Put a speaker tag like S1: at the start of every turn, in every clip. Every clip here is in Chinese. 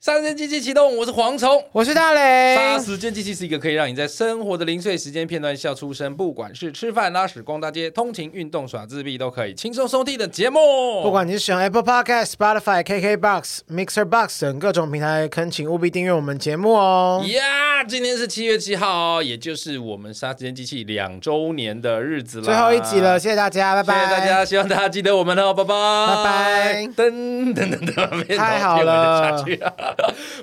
S1: 杀时间机器启动，我是蝗虫。
S2: 我是大雷。
S1: 杀时间机器是一个可以让你在生活的零碎时间片段笑出声，不管是吃饭、拉屎、逛大街、通勤、运动、耍自闭，都可以轻松收听的节目。
S2: 不管你是使用 Apple Podcast、Spotify、KKBox、Mixer Box 等各种平台，恳请务必订阅我们节目哦。
S1: 呀今天是七月七号，也就是我们杀时间机器两周年的日子了，
S2: 最后一集了，。谢谢大家，拜
S1: 谢
S2: 拜。
S1: 谢大家，希望大家记得我们哦，拜拜，
S2: 拜拜
S1: 噔噔噔噔，别
S2: 太好了
S1: 下去啊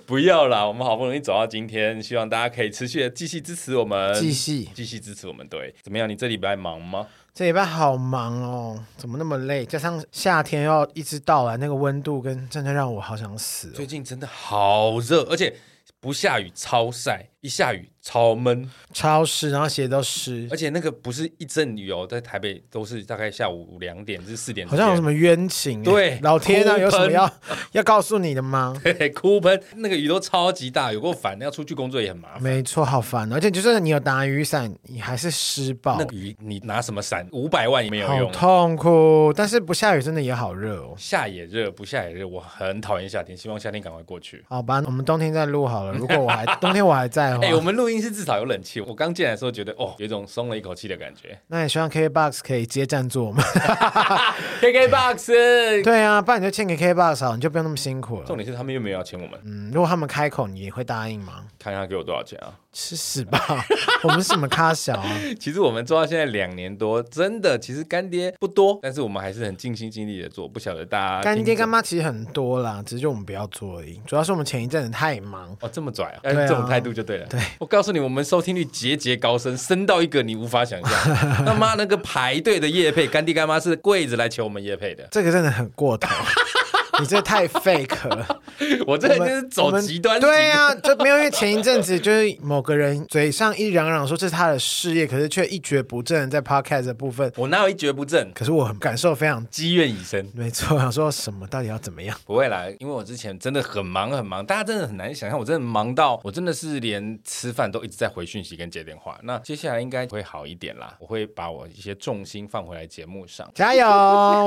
S1: 不要啦，我们好不容易走到今天，希望大家可以持续的继续支持我们，
S2: 继续，
S1: 继续支持我们。对，怎么样？你这礼拜忙吗？
S2: 这礼拜好忙哦，怎么那么累？加上夏天要一直到来，那个温度跟真的让我好想死、哦
S1: 最。近真的好热，而且不下雨超晒，一下雨超闷，
S2: 超湿，然后鞋都湿
S1: 而，且那个不是一阵雨哦，在台北都是大概下午两点至四点之
S2: 好
S1: 间，
S2: 像有什么冤情、哎
S1: 对
S2: 老天
S1: 哭
S2: 啊，
S1: 喷
S2: 有什么要 要告诉你的吗？
S1: 对哭喷，那个雨都超级大，有够烦，要出去工作也很麻烦。
S2: 没错，好烦哦，而且就算你有打雨伞，你还是湿爆
S1: 那，雨你拿什么伞？五百万也没有
S2: 哦好
S1: 用。
S2: 痛苦。但是不下雨真的也好热哦。
S1: 下也热，不下也热，我很讨厌夏天，希望夏天赶快过去。
S2: 好吧，我们冬天再录 好了。如果我还冬天我还在的话，
S1: 哎、我们录音是至少有冷气。我刚进来的时候觉得，哦，有一种松了一口气的感 觉。
S2: 那也希望 KBox 可以接赞 助我们。
S1: KKBOX，
S2: 对啊，不然你就欠给 KBox 好，你就不用那么辛苦了
S1: 重。点是他们又没有要请我们，
S2: 嗯，如果他们开口，你会答应吗？
S1: 看看他给我多少钱啊？
S2: 吃屎吧！ 我们是什么咖小啊？
S1: 其实我们做到现在两年多，真的其实干爹不多，但是我们还是很尽心尽力的做。不晓得大家
S2: 干爹
S1: 听
S2: 干妈其实很多啦，只是就我们不要做而已。主要是我们前一阵子太忙。
S1: 哦这么拽啊，
S2: 啊
S1: 这种态度就对了。
S2: 对，
S1: 我告诉你，我们收听率节节高升，升到一个你无法想 象。他妈那个排队的夜配，干爹干妈是跪着来求我们夜配 的，
S2: 这个真的很 过头，你这太 fake 了。
S1: 我 这个就
S2: 我们
S1: 是
S2: 我
S1: 走
S2: 们
S1: 极端
S2: 对
S1: 呀、
S2: 呀、就没有因为前一阵子就是某个人嘴上一嚷嚷说这是他的事业，可是却一蹶不振，在 podcast 的部分。
S1: 我哪有一蹶不振？
S2: 可是我很感受非常
S1: 积怨已深，
S2: 没错，我想说什么到底要怎么样？
S1: 不会啦，因为我之前真的很忙很忙，大家真的很难想象，我真的忙到我真的是连吃饭都一直在回讯息跟接电话。那接下来应该会好一点啦，我会把我一些重心放回来节目上。
S2: 加油！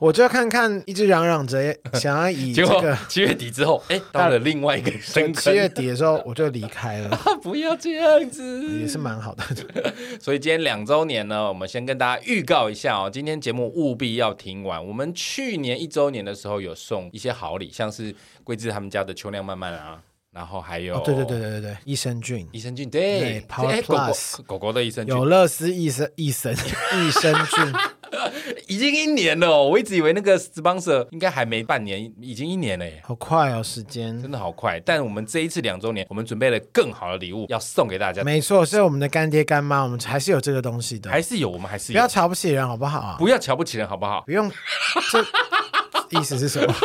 S2: 我就看看一直嚷嚷着想要以
S1: 结
S2: 这
S1: 果
S2: 个
S1: 七月底之后，哎，到了另外一个深
S2: 七月
S1: 坑，
S2: 底的时候我就离开了，
S1: 不要这样子，
S2: 也是蛮好的。
S1: 所以今天两周年呢，我们先跟大家预告一下哦，今天节目务必要听完。我们去年一周年的时候有送一些好礼，像是桂枝他们家的秋亮漫漫啊，然后还有、
S2: 哦，对对对对对对，益生菌、
S1: 益生菌，对，
S2: 对，Power
S1: 哎狗
S2: Plus
S1: 狗狗狗的益生菌
S2: 有乐思益生益生益生菌，
S1: 已经一年了哦、我一直以为那个 sponsor 应该还没半年，已经一年了耶。
S2: 好快哦，时间。
S1: 真的好快，但我们这一次两周年，我们准备了更好的礼物要送给大家，
S2: 没错，是我们的干爹干妈，我们还是有这个东西的，
S1: 还是有，我们还是
S2: 不
S1: 有
S2: 要，瞧不起人好不好啊？
S1: 不要瞧不起人，好不好？
S2: 不用，这意思是什么？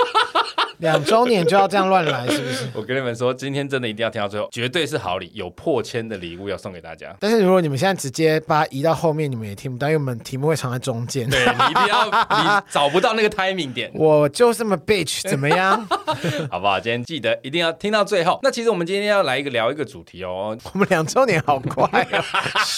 S2: 两周年就要这样乱来是不是？
S1: 我跟你们说，今天真的一定要听到最后，绝对是好礼，有破千的礼物要送给大家。
S2: 但是如果你们现在直接把它移到后面，你们也听不到，因为我们题目会藏在中间。
S1: 对你一定要，你找不到那个 timing 点，
S2: 我就这么 bitch，怎么样？
S1: 好不好？今天记得一定要听到最后。那其实我们今天要来一个聊一个主题哦，
S2: 我们两周年好快哦，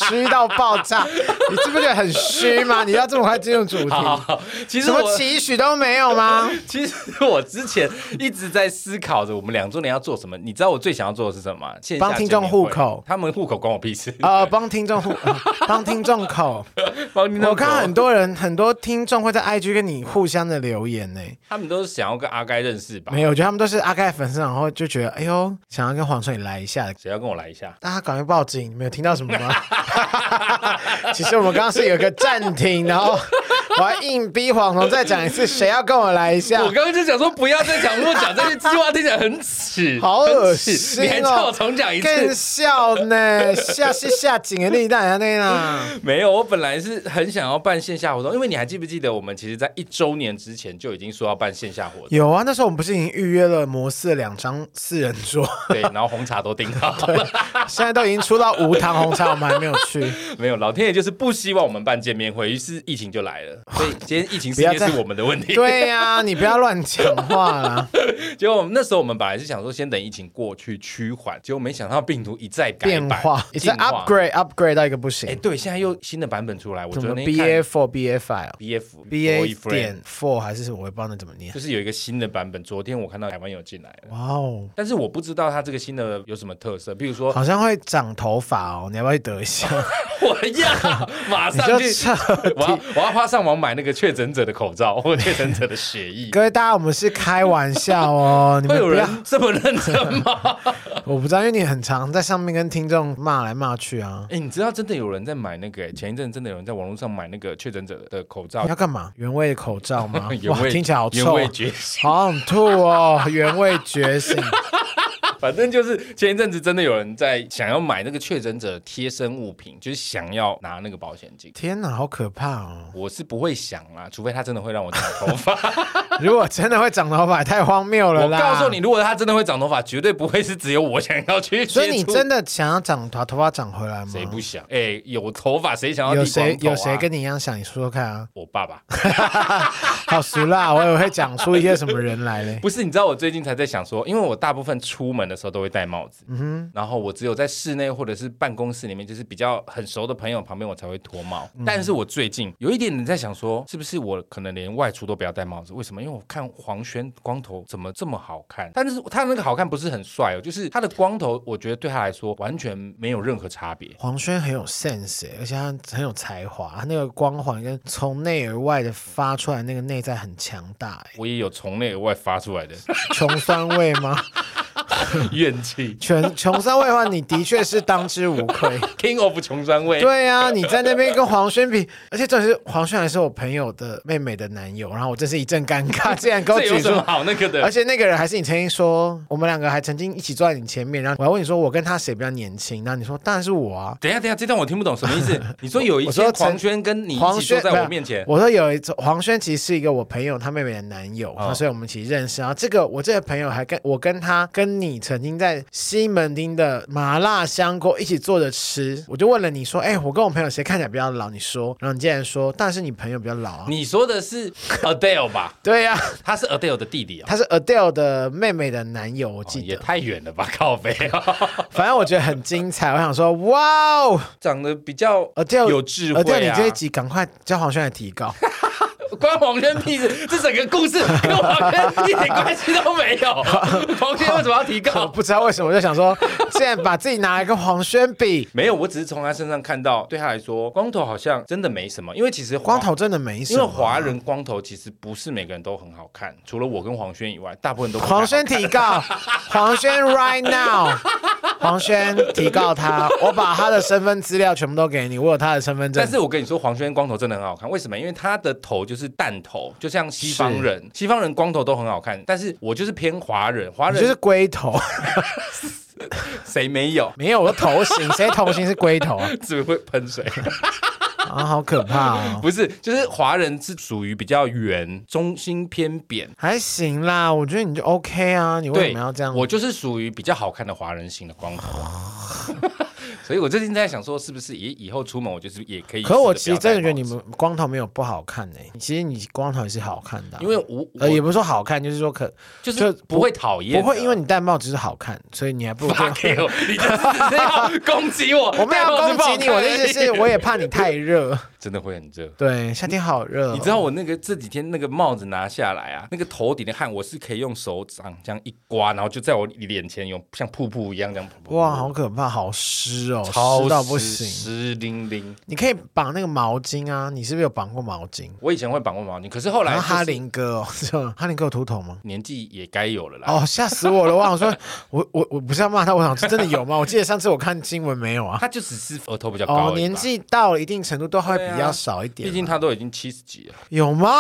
S2: 虚到爆炸！你是不是觉得很虚吗？你要这么快进入主题，
S1: 好好， 其
S2: 什
S1: 实我
S2: 么期许都没 有吗？
S1: 其实我之前一直在思考着我们两周年要做什么。你知道我最想要做的是什么吗？线下
S2: 帮听众
S1: 见面会
S2: 户口
S1: 他们户口关我屁事。
S2: 呃，帮听众互，呃帮听众口。
S1: 帮听众口
S2: 我看很多人，很多听众会在 IG 跟你互相的留言呢、
S1: 他们都是想要跟阿该认识吧？
S2: 没有，我觉得他们都是阿盖粉丝，然后就觉得，哎呦，想要跟黄春雨来一下。
S1: 谁要跟我来一下？
S2: 大家赶快报警！你们有听到什么吗？ 其实我们刚刚是有一个暂停，然后我还硬逼黄龙再讲一次，谁要跟我来一下
S1: 我？刚刚就想说不要再讲，我讲这些计划听起来很耻，
S2: 好
S1: 很
S2: 恶
S1: 耻
S2: 心哦！
S1: 你还叫我重讲一
S2: 更
S1: 次？
S2: 笑 呢，笑是下井的力大啊那啦。
S1: 没有，我本来是很想要办线下活动，因为你还记不记得我们其实在一周年之前就已经说要办线下 活动，
S2: 有啊，那时候我们不是已经预约了模式两张四人桌，
S1: 对，然后红茶都订好了，
S2: 现在都已经 出到无糖红茶，我们还没有去。
S1: 没有，老天爷就是不希望我们办见面会，于是疫情就来了。所以今天疫情
S2: 不
S1: 事
S2: 要
S1: 件
S2: 再
S1: 是我们的问题。
S2: 对呀、你不要乱讲 话啦，
S1: 结果我们那时候我们本来是想说先等疫情过去趋缓，结果没想到病毒一再改
S2: 变
S1: 版
S2: 化，你
S1: 进
S2: 在 upgrade upgrade 到一个不
S1: 哎，
S2: 行，
S1: 对，现在又新的版本出来，我
S2: 什
S1: 昨
S2: 么
S1: 天
S2: BA four BA five
S1: BF
S2: BA 点 four 还是我也不知道那怎么念。
S1: E 就是有一个新的版本。昨天我看到台湾有进来了，
S2: 哇哦，
S1: 但是我不知道它这个新的有什么特色，比如说
S2: 好像会长头发哦，你要不要去得 一下？
S1: 我要马
S2: 你
S1: 上
S2: 就
S1: 去，
S2: 彻
S1: 我要我要花上网买那个确诊者的口 罩或确诊者的血液。
S2: 各位大家，我们是开玩笑哦，你
S1: 会
S2: 们
S1: 有
S2: 不要，
S1: 人这么认真吗？
S2: 我不知道，因为你很常在上面跟听众骂来骂去啊。
S1: 哎、你知道真的有人在买那个、欸？前一阵真的有人在网络上买那个确诊者的口罩？
S2: 你，要干嘛？原味口罩吗
S1: 原
S2: 哇，
S1: 味
S2: 听起来好
S1: 原
S2: 臭啊、
S1: 味觉醒。
S2: 好想吐哦！原味觉醒，
S1: 反正就是前一阵子真的有人在想要买那个确诊者贴身物品，就是想要拿那个保险金。
S2: 天哪，好可怕哦！
S1: 我是不会想啦，除非他真的会让我长头发。
S2: 如果真的会长头发，也太荒谬了
S1: 我
S2: 啦！
S1: 告诉你，，如果他真的会长头发，绝对不会是只有我想要去接触。
S2: 所以你真的想要长头头发长回来吗？
S1: 谁不想？哎、有头发谁想要
S2: 有
S1: 剃光头、
S2: 谁
S1: 啊？
S2: 有谁跟你一样想？你说说看啊！
S1: 我爸爸？
S2: 好俗啦，我以为会讲出一些什么人来 嘞。
S1: 不是，你知道我最近才在想说，因为我大部分出门的时候都会戴帽
S2: 嗯
S1: 子，然后我只有在室内或者是办公室里面，就是比较很熟的朋友旁边我才会脱帽。
S2: 嗯
S1: 但是我最近有一点点在想说，是不是我可能连外出都不要戴帽子？为什么？因为我看黄轩光头怎么这么好看，但是他那个好看不是很帅哦，就是他的光头，我觉得对他来说完全没有任何差别。
S2: 黄轩很有 sense，欸而且他很有才华，他那个光环跟从内而外的发出来那个内在很强大，欸
S1: 我也有从内而外发出来的
S2: 穷酸味吗？
S1: 怨气
S2: 全穷酸味的话，你的确是当之无 愧。
S1: ，King of 穷酸味。
S2: 对啊呀、你在那边跟黄轩比，而且重点是黄轩还是我朋友的妹妹的男友，然后我真是一阵尴尬，竟然给我
S1: 这有
S2: 举
S1: 什
S2: 出
S1: 么。好那个的
S2: 而？且那个人还是你曾经说，我们两个还曾经一起坐在你前面，然后我还问你说我跟他谁比较年轻，然后你说当然是我啊。
S1: 等一下，等一下，这段我听不懂什么意 思。你说有一
S2: 我说
S1: 天
S2: 陈
S1: 黄轩跟你一
S2: 黄
S1: 起坐
S2: 轩
S1: 在
S2: 没
S1: 我
S2: 有
S1: 面前，
S2: 我说有一次黄轩其实是一个我朋友他妹妹的男友，
S1: 哦
S2: 所以我们一起认识。然后这个我这个朋友还跟我跟他跟你曾经在西门町的麻辣香锅一起坐着吃，我就问了你说，哎、我跟我朋友谁看起来比较老？你说，然后你竟然说，当然是你朋友比较老啊。
S1: 你说的是 Adele 吧？
S2: 对呀、
S1: 他是 Adele 的弟弟啊、
S2: 他是 Adele 的妹妹的男友，我
S1: 哦
S2: 记
S1: 也
S2: 得。
S1: 太远了吧，靠啊背、
S2: 反正我觉得很精彩，我想说，哇哦
S1: 长得比较
S2: ，Adele
S1: 有智
S2: Adele，
S1: 慧
S2: 呃你
S1: 啊
S2: 这！一集赶快叫黄轩来提高。
S1: 关黄轩屁事，这整个故事 跟黄轩一点关系都没 有。黄轩为什么要提
S2: 我
S1: 告？
S2: 不知道为什么，我就想说， 现在把自己拿来跟黄轩比，
S1: 没有，我只是从他身上看到，对他来说，光头好像真的没什么，因为其实
S2: 光
S1: 光。
S2: 头真的没什
S1: 因
S2: 么。
S1: 为华人光头其实不是每个人都很好看，除了我跟黄轩以外，大部分都不太好
S2: 黄轩提 告，黄轩 right now，黄轩提告他，我把他的身份资料全部都给你，我有他的身份证
S1: 但。是我跟你说，黄轩光头真的很好看，为什么？因为他的头就是蛋头，就像西方人，西方人光头都很好看，但是我就是偏华人，华
S2: 你就是
S1: 人
S2: 龟头，？
S1: 谁没有
S2: 没有我的 头型，谁头型是龟头啊？
S1: 只会喷水，
S2: 啊，好可怕哦！
S1: 不是，就是华人是属于比较圆，中心偏扁。
S2: 还行啦，我觉得你就 OK 啊，你为
S1: 对，
S2: 什么要这样？
S1: 我就是属于比较好看的华人型的光头， 所以我最近在想说，是不是以以后出门我就是也可以？
S2: 可我其实真的觉得你，们光头没有不好看呢、欸其实你光头也是好看的啊、
S1: 因为我
S2: 呃也
S1: 我
S2: 不是说好看，就是说可
S1: 就是
S2: 就
S1: 不会讨厌的，
S2: 不会因为你戴帽子是好看，所以你还不 如
S1: 发给我，你就是要攻击我，
S2: 我没有
S1: 但
S2: 攻
S1: 不好
S2: 击你，我的
S1: 看
S2: 意
S1: 而
S2: 思
S1: 已
S2: 是，我也怕你太热。
S1: 真的会很热。
S2: 对，夏天好热哦、
S1: 你知道我那个这几天那个帽子拿下来啊，那个头顶的汗，我是可以用手掌这样一刮，然后就在我脸前有像瀑布一样这样。
S2: 哇，好可怕，好湿哦，
S1: 超
S2: 湿到不
S1: 湿
S2: 行。
S1: 湿淋淋。
S2: 你可以绑那个毛巾啊，你是不是有绑过毛巾？
S1: 我以前会绑过毛巾，可是后来
S2: 然后
S1: 就是
S2: 哈林哥哦， 是吗哈林哥有秃头吗？
S1: 年纪也该有了啦。
S2: 哦，吓死我了！我想说，我我我不是要骂他，我想真的有吗？我记得上次我看新闻没有啊。
S1: 他就只是额头比较高而已吧
S2: 哦，年，纪到了一定程度都会
S1: 对啊
S2: 比较少一点
S1: 毕
S2: 嘛。
S1: 竟他都已经七十几了。
S2: 有吗？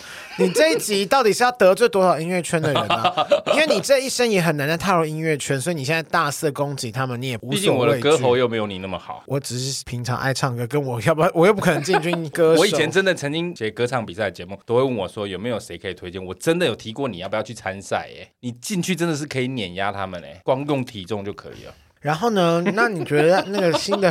S2: 你这一集到底是要得罪多少音乐圈的人啊？ 因为你这一生也很难再踏入音乐圈，所以你现在大肆攻击他们，你也无
S1: 毕竟
S2: 所
S1: 我的
S2: 畏
S1: 歌喉
S2: 惧。
S1: 又没有你那么好。
S2: 我只是平常爱唱歌，跟我要不然我又不可能进军歌手。
S1: 我以 前真的曾经写歌唱比赛的节目，都会问我说有没有谁可以推荐。我真的有提过你要不要去参赛？哎，你进去真的是可以欸碾压他们哎，光用体重就可以了。
S2: 然后呢？那你觉得那个新的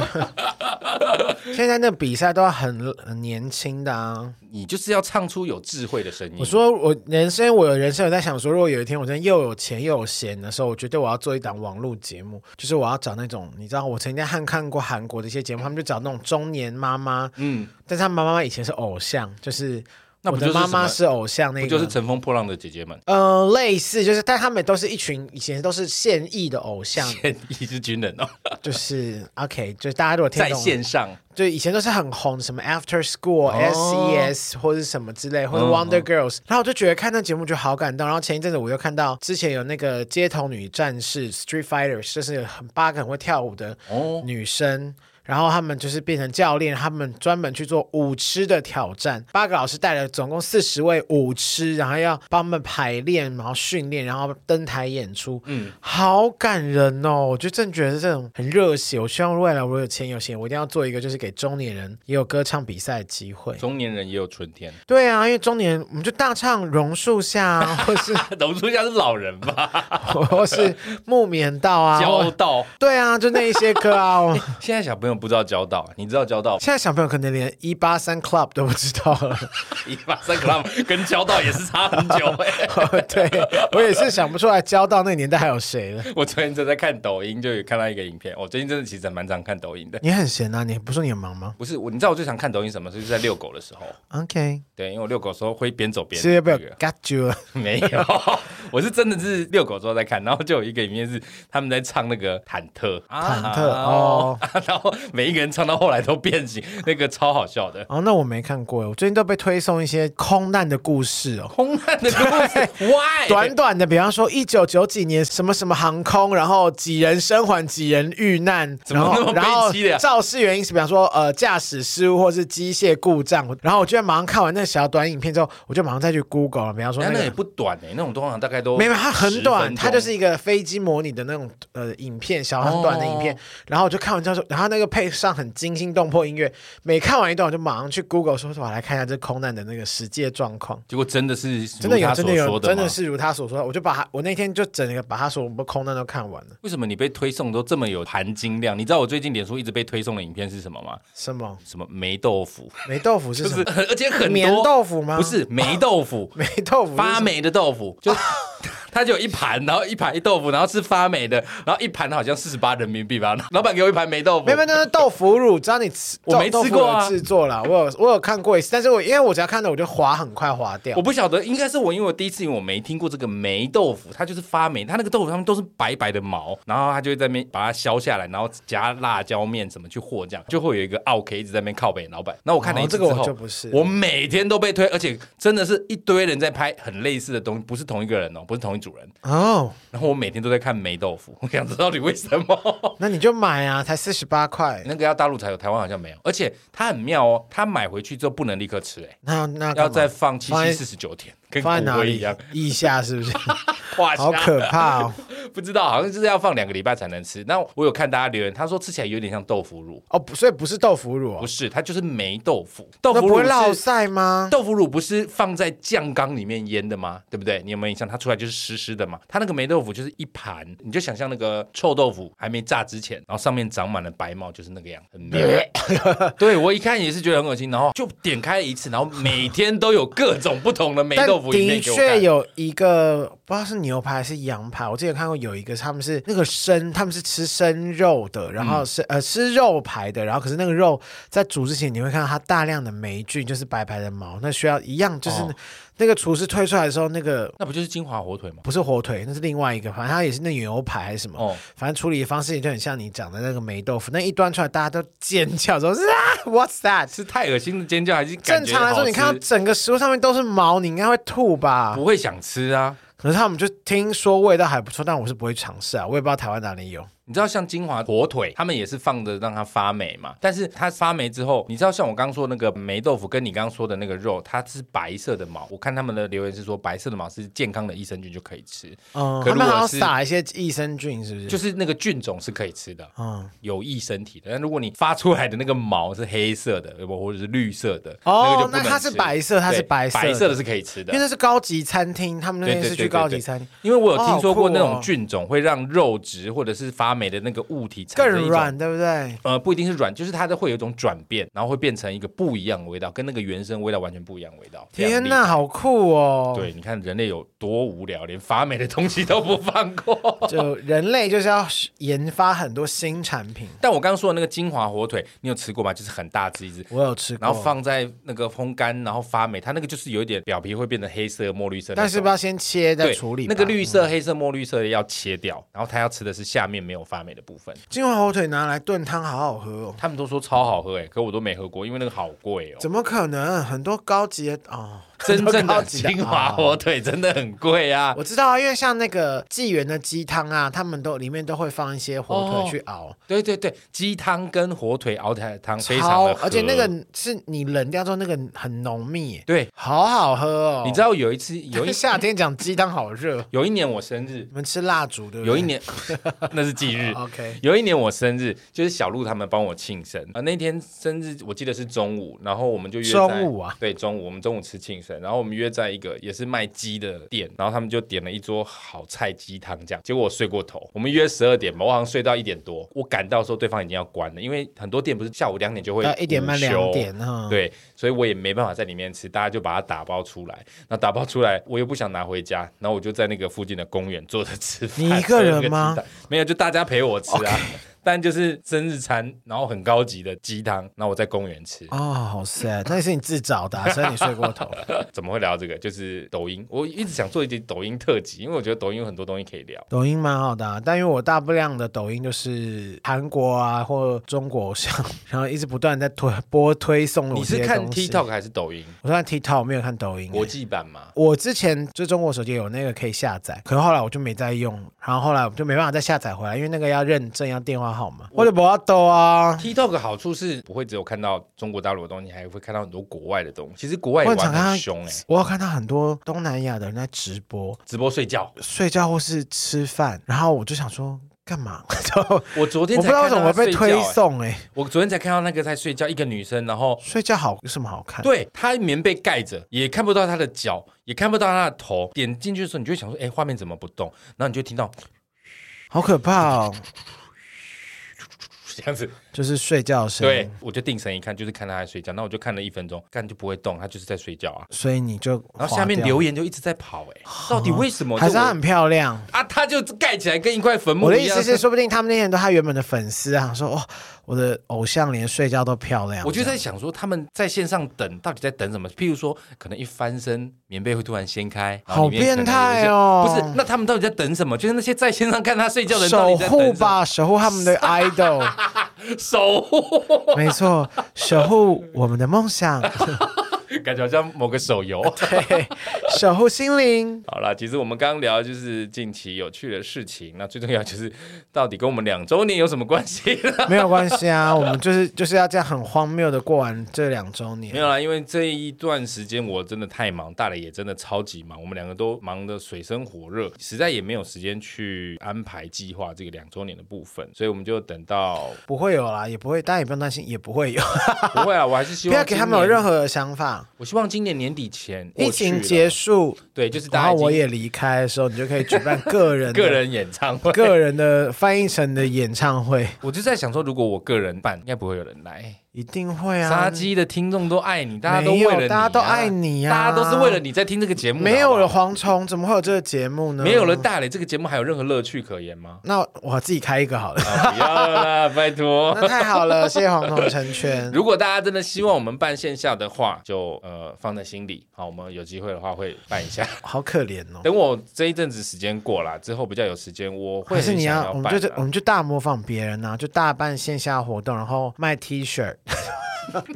S2: 现在那比赛都要很很年轻的啊。
S1: 你就是要唱出有智慧的声音。
S2: 我说我人生，我有人生有在想说，如果有一天我真的又有钱又有闲的时候，我觉得我要做一档网络节目，就是我要找那种你知道，我曾经看看过韩国的一些节目，他们就找那种中年妈妈，
S1: 嗯，
S2: 但是他们妈妈以前是偶像，就是
S1: 那
S2: 我
S1: 不就
S2: 的
S1: 是
S2: 妈妈
S1: 什
S2: 是偶像那
S1: 么不
S2: 个，
S1: 就是乘风破浪的姐姐们？
S2: 嗯、类似就是，但他们都是一群以前都是现役的 偶像，
S1: 现役是军人哦，
S2: 就是 OK，就是大家如果听
S1: 在
S2: 懂，
S1: 线上
S2: 就以前都是很红，什么 After School、
S1: 哦
S2: SES 或者什么之类，或者
S1: 嗯
S2: Wonder Girls，、然后我就觉得看那节目就好感动。然后前一阵子我又看到之前有那个街头女战士 Street Fighters，就是很八个很会跳舞的
S1: 哦，
S2: 女生。然后他们就是变成教练，他们专门去做舞痴的挑战。八个老师带了总共四十位舞痴，然后要帮他们排练，然后训练，然后登台演出。嗯，好感人哦！我就真觉得这种很热血。我希望未来我有钱有闲，我一定要做一个就是给中年人也有歌唱比赛的机会。
S1: 中年人也有春 天。
S2: 对啊，因为中年我们就大唱《榕树下》啊，或是
S1: 榕树下是老人 吧？
S2: 或是木棉道 啊，
S1: 交
S2: 或
S1: 道，
S2: 对啊，就那一些歌啊。我
S1: 现在小朋友不知道交道，你知道交道？
S2: 现在小朋友可能连一八三 club 都不知道了。
S1: 一八三 club 跟交道也是差很久哎、
S2: 对我也是想不出来交到那个年代还有谁了。
S1: 我昨天正在看抖音，就有看到一个影片。我最近真的其实还蛮常看抖音的。
S2: 你很闲啊，你不是说你很忙吗
S1: 不是我，你知道我最常看抖音什么时候？就是在遛狗的时候。
S2: ？OK，
S1: 对，因为我遛狗的时候会边走边
S2: 是要不要
S1: 那个
S2: got you 啊了？
S1: 没有， 我是真的是遛狗之后在看，然后就有一个影片是他们在唱那个忐忑，忐
S2: 忐忑哦，
S1: 然后每一个人唱到后来都变形，那个超好笑的。
S2: 哦，那我没看过耶，我最近都被推送一些空难的故事哦。
S1: 空难的故事，why？
S2: 短短的，比方说一九九几年什么什么航空，然后几人生还，几人遇难，
S1: 怎
S2: 然
S1: 么那
S2: 后
S1: 么
S2: 然后
S1: 悲戚的呀
S2: 肇事原因是比方说呃驾驶失误或是机械故障，然后我就马上看完那小短影片之后，我就马上再去 Google 了，比方说
S1: 那
S2: 那
S1: 那
S2: 个
S1: 也不短哎、那种通常大概都
S2: 没有，它很短，
S1: 10分钟
S2: 它就是一个飞机模拟的那种呃影片，小很短的影片。
S1: 哦
S2: 然后我就看完之后说，然后那个配上很惊心动魄音乐，每看完一段我就马上去 Google 说，我来看一下这空难的那个实际的状况。
S1: 结果真的是
S2: 真的
S1: 如
S2: 有，
S1: 他
S2: 真
S1: 所
S2: 的有，
S1: 说
S2: 真的
S1: 吗
S2: 是如他所说的，我就把他，我那天就整个把他所有的空难都看完了。
S1: 为什么你被推送都这么有含金量？你知道我最近脸书一直被推送的影片是什么吗？
S2: 什么
S1: 什么霉豆 腐，
S2: 霉豆腐是
S1: 就
S2: 什
S1: 是
S2: 么？
S1: 而且很
S2: 棉
S1: 多
S2: 豆腐吗？，
S1: 不，是霉豆腐
S2: 霉豆腐是
S1: 发
S2: 什么
S1: 霉的豆 腐，就它就有一盘，然后一盘一豆腐，然后是发霉的，然后一盘好像四十八人民币吧，老板给我一盘霉豆腐
S2: 没有，，没有那是豆腐乳，只要你吃，
S1: 我没
S2: 豆
S1: 吃过啊
S2: 豆腐乳有制作啦，我有我有看过一次，但是我因为我只要看到我就划很快划掉
S1: 我。不晓得，应该是我因为我第一次因为我没听过这个霉豆腐，它就是发霉，它那个豆腐上面都是白白的毛，然后它就会在那边把它削下来，然后加辣椒面怎么去和酱，就会有一个奥 K 一直在那边靠北老板。那我看了一
S2: 哦
S1: 次
S2: 这个
S1: 之
S2: 我
S1: 后
S2: 就不是
S1: 我每天都被推，而且真的是一堆人在拍很类似的东西，不是同一个人哦，不是同一组人。
S2: 哦，
S1: 然后我每天都在看霉豆腐，我想知道到底为什么。
S2: 那你就买啊，才四十八块。
S1: 那个要大陆才有，台湾好像没有。而且它很妙哦，它买回去之后不能立刻吃、哎，
S2: 那那干嘛
S1: 要再放七
S2: 放在
S1: 七四十九天，跟骨
S2: 放在哪
S1: 灰
S2: 里
S1: 一样，？
S2: 腋下是 不是？
S1: 哇，
S2: 好可怕哦！
S1: 不知道，好像就是要放两个礼拜才能吃。那我有看大家留言，他说吃起来有点像豆腐乳，
S2: 哦，不，所以不是豆腐乳
S1: 不
S2: 哦，
S1: 是，它就是霉豆腐。豆
S2: 那
S1: 腐
S2: 不会
S1: 乳
S2: 落
S1: 是
S2: 晒吗？
S1: 豆腐乳不是放在酱缸里面腌的吗？对不对？你有没有印象？它出来就是湿湿的嘛。它那个霉豆腐就是一盘，你就想象那个臭豆腐还没炸之前，然后上面长满了白毛，就是那个样，很 妙。对我一看也是觉得很恶心，然后就点开一次，然后每天都有各种不同的霉
S2: 但
S1: 豆腐影
S2: 的
S1: 片给我看
S2: 确有一个不知道是牛排还是羊排，我之前看过有一个他们是那个生，他们是吃生肉的，然
S1: 嗯
S2: 后是、呃吃肉排的，然后可是那个肉在煮之前你会看到它大量的霉菌，就是白白的毛，那需要一样就是那,、
S1: 哦
S2: 那个厨师推出来的时候那个。
S1: 那不就是金华火腿吗？
S2: 不是火腿，那是另外一个，反正它也是那牛排还是什么，
S1: 哦
S2: 反正处理的方式也就很像你讲的那个霉豆腐，那一端出来大家都尖叫说啊，What's that？
S1: 是太恶心的尖叫，还是感
S2: 正
S1: 觉
S2: 常来说，
S1: 好
S2: 你看
S1: 吃
S2: 到整个食物上面都是毛，你应该会吐吧
S1: 不？会想吃啊？
S2: 可是他们就听说味道还不错，但我是不会尝试啊，我也不知道台湾哪里有。
S1: 你知道像金华火腿，他们也是放着让它发霉嘛，但是它发霉之后，你知道像我刚说那个霉豆腐，跟你刚刚说的那个肉，它是白色的毛。我看他们的留言是说，白色的毛是健康的益生菌就可以吃，
S2: 嗯，
S1: 可
S2: 他
S1: 如果
S2: 们好像
S1: 是
S2: 撒一些益生菌，是不是？
S1: 哦就是那啊个菌种是可以吃的。
S2: 嗯，
S1: 有益身体的，但如果你发出来的那个毛是黑色的，或者是绿色的，
S2: 哦
S1: 那个就不能
S2: 那它是
S1: 吃
S2: 白色它是
S1: 对
S2: 白
S1: 白
S2: 色的
S1: 色的是可以吃的
S2: 因为。那是高级餐厅，他们那
S1: 对
S2: 边
S1: 对
S2: 是去
S1: 对
S2: 高
S1: 对对
S2: 级餐厅。
S1: 因为我有听说过
S2: 哦好酷哦
S1: 那种菌种会让肉质或者是发美的那个物体产
S2: 更
S1: 生一种
S2: 软，对不对？
S1: 呃，不一定是软，就是它的会有一种转变，然后会变成一个不一样的味道，跟那个原生味道完全不一样的味道。
S2: 天
S1: 哪！
S2: 哪，好酷哦！，
S1: 对，你看人类有多无聊，连发霉的东西都不放过。
S2: 就人类就是要研发很多新产品。
S1: 但我刚刚说的那个金华火腿，你有吃过吗？就是很大只一只，
S2: 我有吃过，
S1: 然后放在那个烘干，然后发霉，它那个就是有一点表皮会变成黑色、墨绿色那种。
S2: 但是不要先切再
S1: 对
S2: 处理吧。
S1: 那
S2: 嗯
S1: 个绿色、黑色、墨绿色的要切掉，然后它要吃的是下面没有发霉的部分。
S2: 金华火腿拿来炖汤，好好喝哦。
S1: 他们都说超好喝哎、可我都没喝过，因为那个好贵哦、
S2: 怎么可能？很多高级的 哦，
S1: 真
S2: 很
S1: 正
S2: 多高
S1: 的
S2: 级的
S1: 金华
S2: 哦
S1: 火腿真的很贵啊！
S2: 我知道啊，因为像那个纪元的鸡汤啊，他们都里面都会放一些火
S1: 哦
S2: 腿去熬，
S1: 对对对，鸡汤跟火腿熬的汤非常
S2: 超
S1: 的合，
S2: 而且那个是你冷掉之后那个很浓密耶，
S1: 对，
S2: 好好喝哦。
S1: 你知道有一次有 一
S2: 夏天讲鸡汤好热，
S1: 有一年我生日
S2: 你，们吃蜡烛对不对？
S1: 有一 年那是忌日，
S2: OK，
S1: 有一年我生日，就是小鹿他们帮我庆生啊、那天生日我记得是中午，然后我们就约在
S2: 中午啊，
S1: 对，中午我们中午吃庆生，然后我们约在一个也是卖鸡的店，然后他们就点了一桌好菜鸡汤这样。结果我睡过头，我们约十二点嘛，我好像睡到一点多，我赶到的时候对方已经要关了，因为很多店不是下午两点就会
S2: 到一点半
S1: 午休
S2: 两。点哈，，
S1: 对，所以我也没办法在里面吃，大家就把它打包出来。那打包出来，我又不想拿回家，然后我就在那个附近的公园坐着吃饭。
S2: 你一个人
S1: 吃那个鸡
S2: 吗
S1: 蛋？没有，就大家陪我吃啊。 但就是生日餐，然后很高级的鸡汤，然后我在公园吃。
S2: 哦，好 sad，那是你自找的啊，所以你睡过头。
S1: 怎么会聊到这个？就是抖音，我一直想做一集抖音特辑，因为我觉得抖音有很多东西可以聊。
S2: 抖音蛮好的、啊，但因为我大不量的抖音就是韩国啊或中国偶像，然后一直不断在推播推送
S1: 你
S2: 我
S1: 是
S2: 这些
S1: 看
S2: 东西
S1: TikTok 还是抖音？
S2: 我看 TikTok，我没有看抖音欸、
S1: 国际版吗？
S2: 我之前就中国手机有那个可以下载，可是后来我就没再用，然后后来我就没办法再下载回来，因为那个要认证，要电话号码，我的不要抖啊。
S1: TikTok 的好处是不会只有看到中国大陆的东西，还会看到很多国外的东西。其实国外也
S2: 我
S1: 玩
S2: 很常看到
S1: 很凶哎、
S2: 我有看到很多东南亚的人在直播
S1: 直播睡觉。
S2: 睡觉或是吃饭，然后我就想说干嘛？ 就我
S1: 我昨天
S2: 不
S1: 才
S2: 知道为
S1: 看
S2: 什
S1: 到
S2: 么
S1: 他
S2: 会被
S1: 睡觉
S2: 推
S1: 欸
S2: 送哎、
S1: 我昨天才看到那个在睡觉，一个女生，然后
S2: 睡觉好有什么好看？
S1: 对她棉被盖着，也看不到她的脚，也看不到她的头。点进去的时候，你就会想说，哎，画面怎么不动？然后你就听到
S2: 好可怕哦！
S1: 这样子。
S2: 就是睡觉的声
S1: 对
S2: 音，，
S1: 我就定神一看，就是看她在睡觉。那我就看了一分钟，看就不会动，她就是在睡觉啊。
S2: 所以你就
S1: 然后下面
S2: 划掉啊
S1: 留言就一直在跑，哎，到底为什么？
S2: 还是
S1: 就我
S2: 她很漂亮。
S1: 啊，她就盖起来跟一块坟
S2: 我
S1: 墓
S2: 的
S1: 一
S2: 意
S1: 样。
S2: 思是，说不定他们那些人都他原本的粉丝啊，说哇，我的偶像连睡觉都漂亮。
S1: 我就
S2: 这样
S1: 在想说，他们在线上等到底在等什么？譬如说，可能一翻身，棉被会突然掀开，然后
S2: 好
S1: 里面可能有一些
S2: 变态哦
S1: 不是，那他们到底在等什么？就是那些在线上看他睡觉的人，
S2: 守护，吧，守护他们的 idol，
S1: 守护，
S2: 没错，守护我们的梦想，
S1: 感觉好像某个手游。
S2: 对，守护心灵。
S1: 好啦，其实我们刚刚聊的就是近期有趣的事情，那最重要就是到底跟我们两周年有什么关系呢？
S2: 没有关系啊，我们就是就是要这样很荒谬的过完这两周
S1: 没
S2: 年。
S1: 有啦，啊因为这一段时间我真的太忙，大磊也真的超级忙，我们两个都忙得水深火热，实在也没有时间去安排计划这个两周年的部分，所以我们就等到
S2: 不会有啦，也不会，大家也不用担心，也不会有，
S1: 不会啊，我还是希
S2: 不
S1: 望
S2: 要给他们有
S1: 今年
S2: 任，何的想法。
S1: 我希望今年年底前
S2: 疫
S1: 过去
S2: 情
S1: 了
S2: 结束，
S1: 对，就是
S2: 然
S1: 大家
S2: 后
S1: 已经
S2: 我也离开的时候，你就可以举办个人 的
S1: 个人演唱会，
S2: 个人的翻译成的演唱会，
S1: 我就在想说，如果我个人办，应该不会有人来。
S2: 一定会啊！
S1: 杀鸡的听众都爱你，大家都
S2: 没
S1: 为
S2: 有
S1: 了你啊、
S2: 大家都爱你啊
S1: 大家都是为了你在听这个节目，
S2: 没
S1: 好
S2: 有
S1: 不好
S2: 了蝗虫，怎么会有这个节目呢？
S1: 没有了大磊这个节目还有任何乐趣可言吗？
S2: 那我自己开一 个好了。
S1: 啊、不要了啦，拜托。
S2: 那太好了，谢谢黄总成 全。
S1: 如果大家真的希望我们办线下的话，就呃放在心里。好，我们有机会的话会办一下。
S2: 好可怜哦。
S1: 等我这一阵子时间过啦，之后比较有时间，我会
S2: 还是
S1: 很
S2: 你
S1: 想
S2: 我
S1: 办啊
S2: 们
S1: 啦。
S2: 就是我们就大模仿别人呐、啊，就大办线下活动，然后卖 T 恤，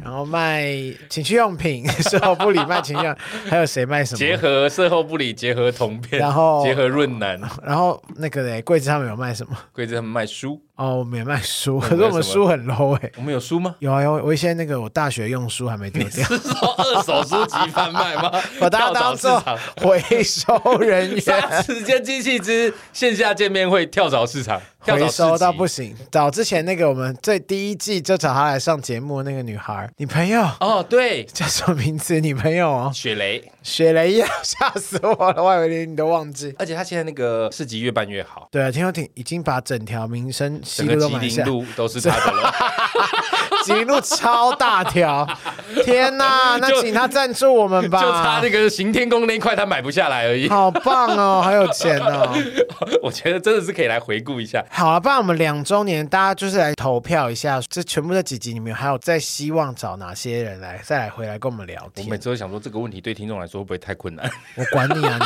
S2: 然后卖情趣用品， 售后部里卖情趣用品，还有谁卖什
S1: 结
S2: 么？
S1: 合售后不理，啊结合同片，
S2: 然后
S1: 结合润南，
S2: 然后那个嘞，柜子上面有卖什么？
S1: 贵子他们卖书，
S2: 哦，我们也卖书，
S1: 们
S2: 可是我们
S1: 为什么
S2: 书很 low 哎、
S1: 我们有书 吗？
S2: 有啊有，我一些那个我大学用书还没丢掉，？
S1: 是说二手书籍贩卖 吗
S2: 我
S1: 跳
S2: 当当
S1: 蚤市
S2: 做
S1: 场。
S2: 回收人员，
S1: 杀时间机器之线下见面会跳蚤市场， 跳蚤
S2: 回
S1: 市
S2: 收到
S1: 集
S2: 不行。找之前那个我们最第一季就找她来上节目那个女孩，你朋友
S1: 哦，对，
S2: 叫什么名字？你朋友哦，
S1: 雪雷，
S2: 雪雷呀，吓死我了，我以为连你都忘记。
S1: 而且他现在那个市集越办越好，
S2: 对啊，听说挺已经把整条民生西
S1: 整
S2: 路
S1: 个
S2: 都
S1: 吉
S2: 买
S1: 林
S2: 下，
S1: 路都是他的 了。
S2: 吉林路超大条，天哪！那
S1: 就
S2: 请他赞助我们
S1: 就差
S2: 吧
S1: 那，个行天宫那一块他买不下来而已。
S2: 好棒哦，好有钱哦。
S1: 我觉得真的是可以来回顾一下。
S2: 好了，啊不然我们两周年，大家就是来投票一下，这全部这几集里面，还有再希望找哪些人来再来回来跟我们聊
S1: 我
S2: 天。啊
S1: 每次都想说这个问题对听众来说会不会太 困难？
S2: 我管你啊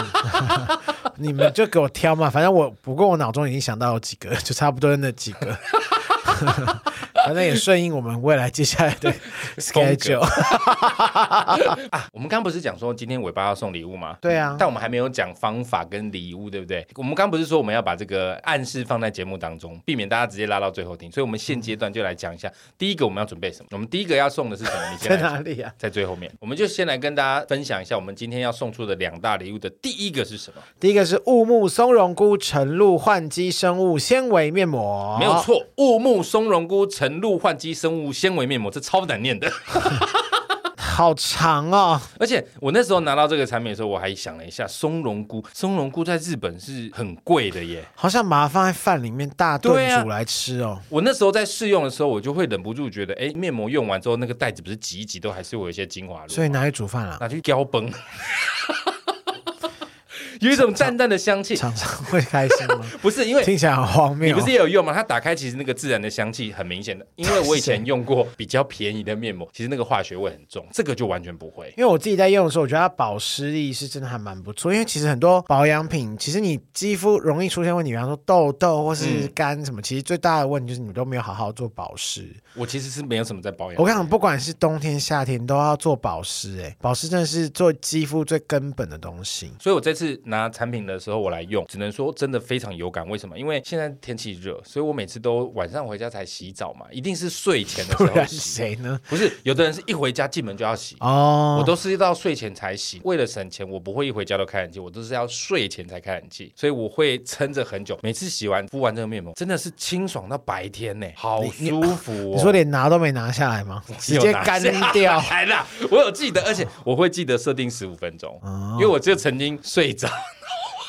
S2: 你，你 们就给我挑嘛，反正我不过我脑中已经想到有几个，就差不多那几个。 反正也顺应我们未来接下来的 schedule。
S1: 我们刚不是讲说今天尾巴要送礼物吗？
S2: 对啊
S1: 但我们还没有讲方法跟礼物，对不对？我们刚不是说我们要把这个暗示放在节目当中，避免大家直接拉到最后听，所以我们现阶段就来讲一下，第一个我们要准备什么？我们第一个要送的是什么？你先
S2: 在
S1: 来讲。
S2: 哪里啊？
S1: 在最后面，我们就先来跟大家分享一下我们今天要送出的两大礼物的第一个是什么？
S2: 第一个是雾木松茸菇晨露焕肌生物纤维面膜，
S1: 没有。错，雾木松茸菇晨露焕肌生物纤维面膜，这超难念的。
S2: 好长哦，
S1: 而且我那时候拿到这个产品的时候，我还想了一下，松茸菇，松茸菇在日本是很贵的耶。
S2: 好想把它放在饭里面大
S1: 对
S2: 炖
S1: 啊
S2: 煮来吃哦。
S1: 我那时候在试用的时候，我就会忍不住觉得，哎，面膜用完之后，那个袋子不是挤一挤都还是会有一些精华
S2: 所
S1: 露，
S2: 以拿去煮饭啊啦。
S1: 拿去胶崩， 有一种淡淡的香气。
S2: 厂商会开 心吗？
S1: 不是因为
S2: 听起来好荒
S1: 你
S2: 谬
S1: 不
S2: 哦、
S1: 是也有用吗？它打开其实那个自然的香气很明显的，因为我以前用过比较便宜的面膜，其实那个化学味很重，这个就完全不会。
S2: 因为我自己在用的时候，我觉得它保湿力是真的还蛮不错。因为其实很多保养品，其实你肌肤容易出现问题，比方说痘痘或
S1: 嗯
S2: 是干什么，其实最大的问题就是你都没有好好做保湿。
S1: 我其实是没有什么在保养
S2: 我，跟你讲，不管是冬天夏天，你都要做保湿、哎，保湿真的是做肌肤最根本的东西。
S1: 所以我这次拿产品的时候我来用，只能说真的非常有感。为什么？因为现在天气热，所以我每次都晚上回家才洗澡嘛，一定是睡前的
S2: 不
S1: 时候
S2: 然
S1: 洗。
S2: 谁呢？
S1: 不是，有的人是一回家进门就要洗。
S2: 哦，
S1: 我都是到睡前才洗，为了省钱，我不会一回家都开冷气，我都是要睡前才开冷气，所以我会撑着很久。每次洗完敷完这个面膜，真的是清爽到白天呢、好舒服、哦
S2: 你说连拿都没拿下来吗？直接干掉。
S1: 来了，我有记得，而且我会记得设定十五分钟，因为我就曾经睡着，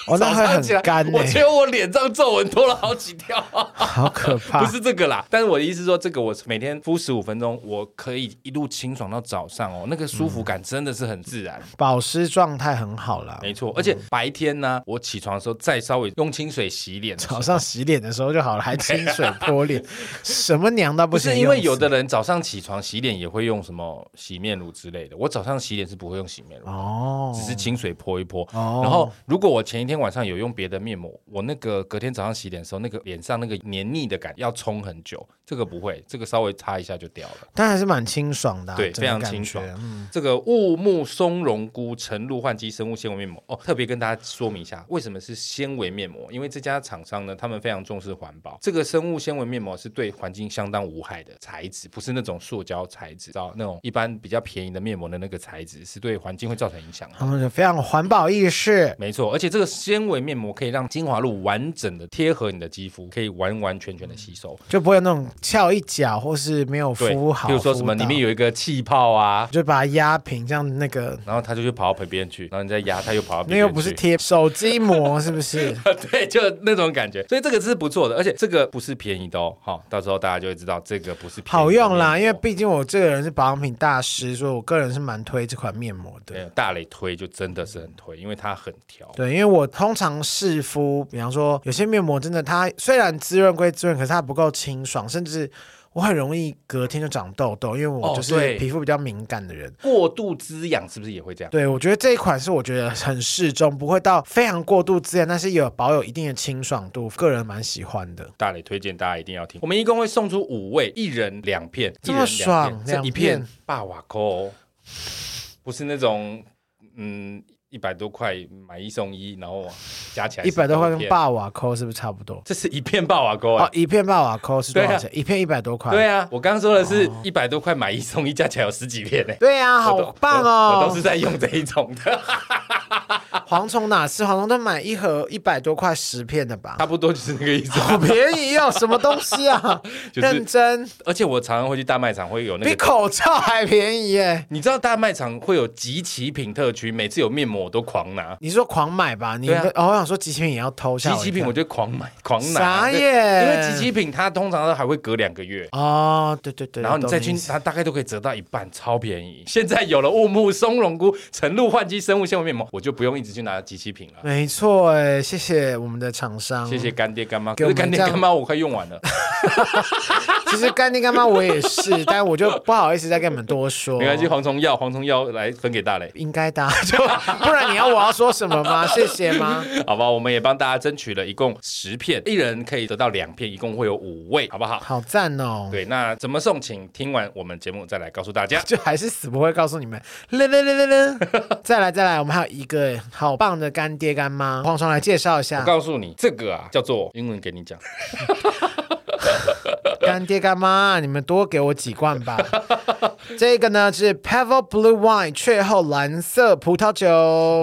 S2: 哦，
S1: 早
S2: 那会
S1: 上起来
S2: 很干欸呢、
S1: 我觉得我脸上皱纹多了好几条、啊
S2: 好可怕。
S1: 不是这个啦，但是我的意思是说，这个我每天敷十五分钟，我可以一路清爽到早上哦，那个舒
S2: 嗯
S1: 服感真的是很自然。
S2: 保湿状态很好啦。
S1: 没错，而
S2: 嗯
S1: 且白天呢，我起床的时候再稍微用清水洗脸的时候，
S2: 早上洗脸的时候就好了，还清水泼脸，什么娘到不
S1: 不
S2: 行
S1: 是
S2: 用词？
S1: 因为有的人早上起床洗脸也会用什么洗面乳之类的，我早上洗脸是不会用洗面乳，
S2: 哦，
S1: 只是清水泼一泼。
S2: 哦
S1: 然后如果我前一天晚上有用别的面膜，我那个隔天早上洗脸的时候，那个脸上那个黏腻的感要冲很久，这个不会，这个稍微擦一下就掉了。
S2: 但还是蛮清爽的啊、
S1: 对
S2: 整个
S1: 非常
S2: 感
S1: 清
S2: 觉
S1: 爽
S2: 嗯
S1: 这个雾木松茸菇晨露焕肌生物纤维面膜哦，特别跟大家说明一下，为什么是纤维面膜？因为这家厂商呢，他们非常重视环保。这个生物纤维面膜是对环境相当无害的材质，不是那种塑胶材质，知道那种一般比较便宜的面膜的那个材质，是对环境会造成影响的。
S2: 他们就非常有环保意识。
S1: 没错，而且这个纤维面膜可以让精华露完整的贴合你的肌肤，可以完完全全的吸收。
S2: 就不会有那种翘一角或是没有
S1: 对，
S2: 嗯敷好，
S1: 比如说什么
S2: 敷到
S1: 里面有一个气泡啊，
S2: 就把它压平，这样那个
S1: 然后它就去跑到旁边去，然后你再压，它又跑到旁
S2: 那
S1: 边
S2: 又不是
S1: 去
S2: 贴手机膜，是不是？
S1: 对，就那种感觉，所以这个是不错的，而且这个不是便宜的哦。好，到时候大家就会知道这个不是便宜的
S2: 好用啦，因
S1: 面
S2: 为
S1: 膜
S2: 毕竟我这个人是保养品大师，所以我个人是蛮推这款面膜的。
S1: 对大磊推就真的是很推，因为它很调。
S2: 对，因为我通常试敷，比方说有些面膜真的它虽然滋润归滋润，可是它不够清爽，甚至我很容易隔天就长痘痘，因为我
S1: 哦
S2: 就是
S1: 对
S2: 皮肤比较敏感的人。
S1: 过度滋养是不是也会这样？
S2: 对，我觉得这一款是我觉得很适中，不会到非常过度滋润，但是有保有一定的清爽度，个人蛮喜欢的。
S1: 大磊推荐大家一定要听，我们一共会送出五位，一人两片，一
S2: 这
S1: 人两
S2: 么爽
S1: 片，这
S2: 两
S1: 一
S2: 片
S1: 片霸瓦扣，不是那种嗯一百多块买一送一，然后加起来
S2: 一百多块
S1: 是
S2: 跟
S1: 一片，
S2: 霸瓦扣是不是差不多？
S1: 这是一片霸瓦沟
S2: 哦
S1: 啊，。
S2: 一片霸瓦扣是多少钱？一片一百多块。
S1: 对啊，我刚刚说的是一百多块买一送一，加起来有十几片呢、
S2: 对呀、
S1: 我都
S2: 好棒
S1: 我！我
S2: 哦
S1: 都！是在用这一种的，
S2: 蝗虫哪是蝗虫都买一盒一百多块十片的吧
S1: 差？不多就是那个意 思。
S2: 好便宜哦，什么东西啊？
S1: 就是
S2: 认真
S1: 而且我常常会去大卖场，会有那
S2: 比
S1: 个。
S2: 口罩还便宜耶！
S1: 你知道大卖场会有集齐品特区，每次有面膜我都狂拿，
S2: 你说狂买吧，你、
S1: 对啊
S2: 哦，我想说集齐品也要偷
S1: 集
S2: 下。
S1: 齐品我就狂买狂拿。
S2: 傻
S1: 对
S2: 眼
S1: 因为集齐品它通常都还会隔两个月，
S2: 哦，对对对，
S1: 然后你再
S2: 懂
S1: 去
S2: 意，思
S1: 它大概都可以折到一半，超便宜。现在有了雾木、松茸菇、晨露焕肌生物纤维面膜，我就不用一直去拿集齐品了。
S2: 没错哎，谢谢我们的厂商，
S1: 谢谢。干爹干妈，
S2: 给
S1: 可
S2: 我
S1: 是
S2: 们
S1: 干爹
S2: 这样
S1: 干妈我快用完了，
S2: 其实干爹干妈我 也是，但我就不好意思再跟你们多说，
S1: 没关系，，蝗虫药蝗虫药来分给大雷。
S2: 应该的啊，就不然你要我要说什么 吗？谢谢吗？
S1: 好吧，我们也帮大家争取了一共十片，一人可以得到两片，一共会有五位，好不好？
S2: 好赞哦！
S1: 对，那怎么送？请听完我们节目再来告诉大家。
S2: 就还是死不会告诉你们。啦啦 啦啦啦再来再来，我们还有一个好棒的干爹干妈，黄双来介绍一
S1: 我
S2: 下
S1: 告诉你，这个啊叫做英文给你讲，
S2: 干爹干妈，你们多给我几罐 吧。这个呢是 Pebble Blue Wine 雀后蓝色葡萄酒，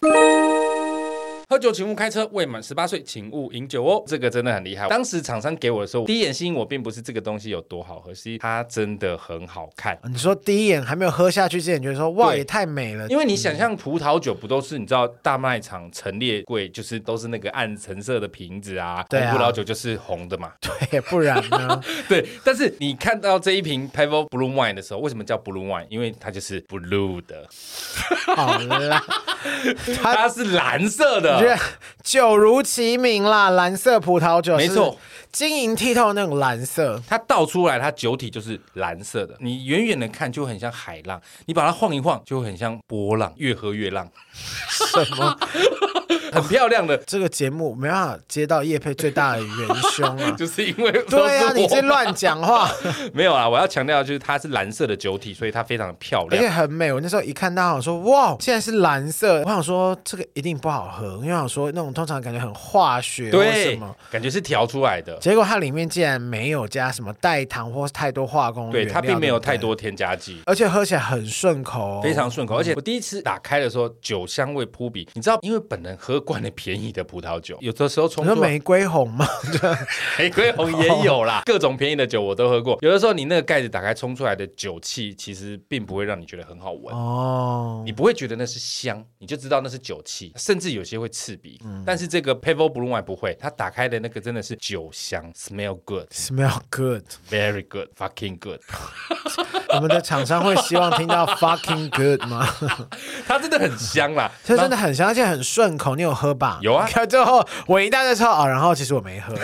S1: 喝酒请勿开车，未满十八岁请勿饮酒哦。这个真的很厉害。当时厂商给我的时候，第一眼吸引我并不是这个东西有多好喝，是它真的很好看。
S2: 你说第一眼还没有喝下去之前，你觉得说哇
S1: 对
S2: 也太美了，
S1: 因为你想象葡萄酒不都是你知道大卖场陈列柜就是都是那个暗橙色的瓶子啊，
S2: 对啊
S1: 红葡萄酒就是红的嘛，
S2: 对，不然呢？
S1: 对，但是你看到这一瓶 Pebble Blue Wine 的时候，为什么叫 Blue Wine？因为它就是 blue 的，
S2: 好啦，
S1: 它是蓝色
S2: 我觉
S1: 的。
S2: 得酒如其名啦，蓝色葡萄酒，
S1: 没错，
S2: 晶莹剔透的那种蓝色。
S1: 它倒出来，它酒体就是蓝色的。你远远的看就很像海浪，你把它晃一晃就会很像波浪，越喝越浪，
S2: 什 么？。
S1: 很漂亮的！
S2: 这个节目没办法接到叶佩最大的元凶啊
S1: 就是因为 都
S2: 对
S1: 是
S2: 啊，你这
S1: 我
S2: 乱讲话，
S1: 没有啊！我要强调的就是它是蓝色的酒体，所以它非常的漂
S2: 而
S1: 亮
S2: 且。很美。我那时候一看到，我说哇，现在是蓝色，我想说这个一定不好喝，因为我想说那种通常感觉很化学或什
S1: 对
S2: 么，，
S1: 感觉是调出来的。
S2: 结果它里面竟然没有加什么代糖或太多化工原
S1: 对，
S2: 料，
S1: 它并没有太
S2: 对不对，
S1: 多添加剂。
S2: 而且喝起来很顺口、哦
S1: 非。常顺口，而且我第一次打开的时候，酒香味扑鼻。你知道，因为本人喝惯了便宜的葡萄酒，有的时候
S2: 你
S1: 冲啊
S2: 说
S1: 出来
S2: 玫瑰红吗？
S1: 玫瑰红也有啦， 各种便宜的酒我都喝过。有的时候你那个盖子打开冲出来的酒气，其实并不会让你觉得很好闻。
S2: 哦
S1: 你，不会觉得那是香，你就知道那是酒气，甚至有些会刺鼻。但是这个 Pebble Blue Wine 不会，它打开的那个真的是酒香，smell good,
S2: Smell good，
S1: very good, fucking good。
S2: 我们的厂商会希望听到 fucking good 吗？
S1: 它真的很香啦，
S2: 这真的很香，而且很顺口。你有喝吧？
S1: 有啊
S2: 最后我一大堆说哦，然后其实我没 喝，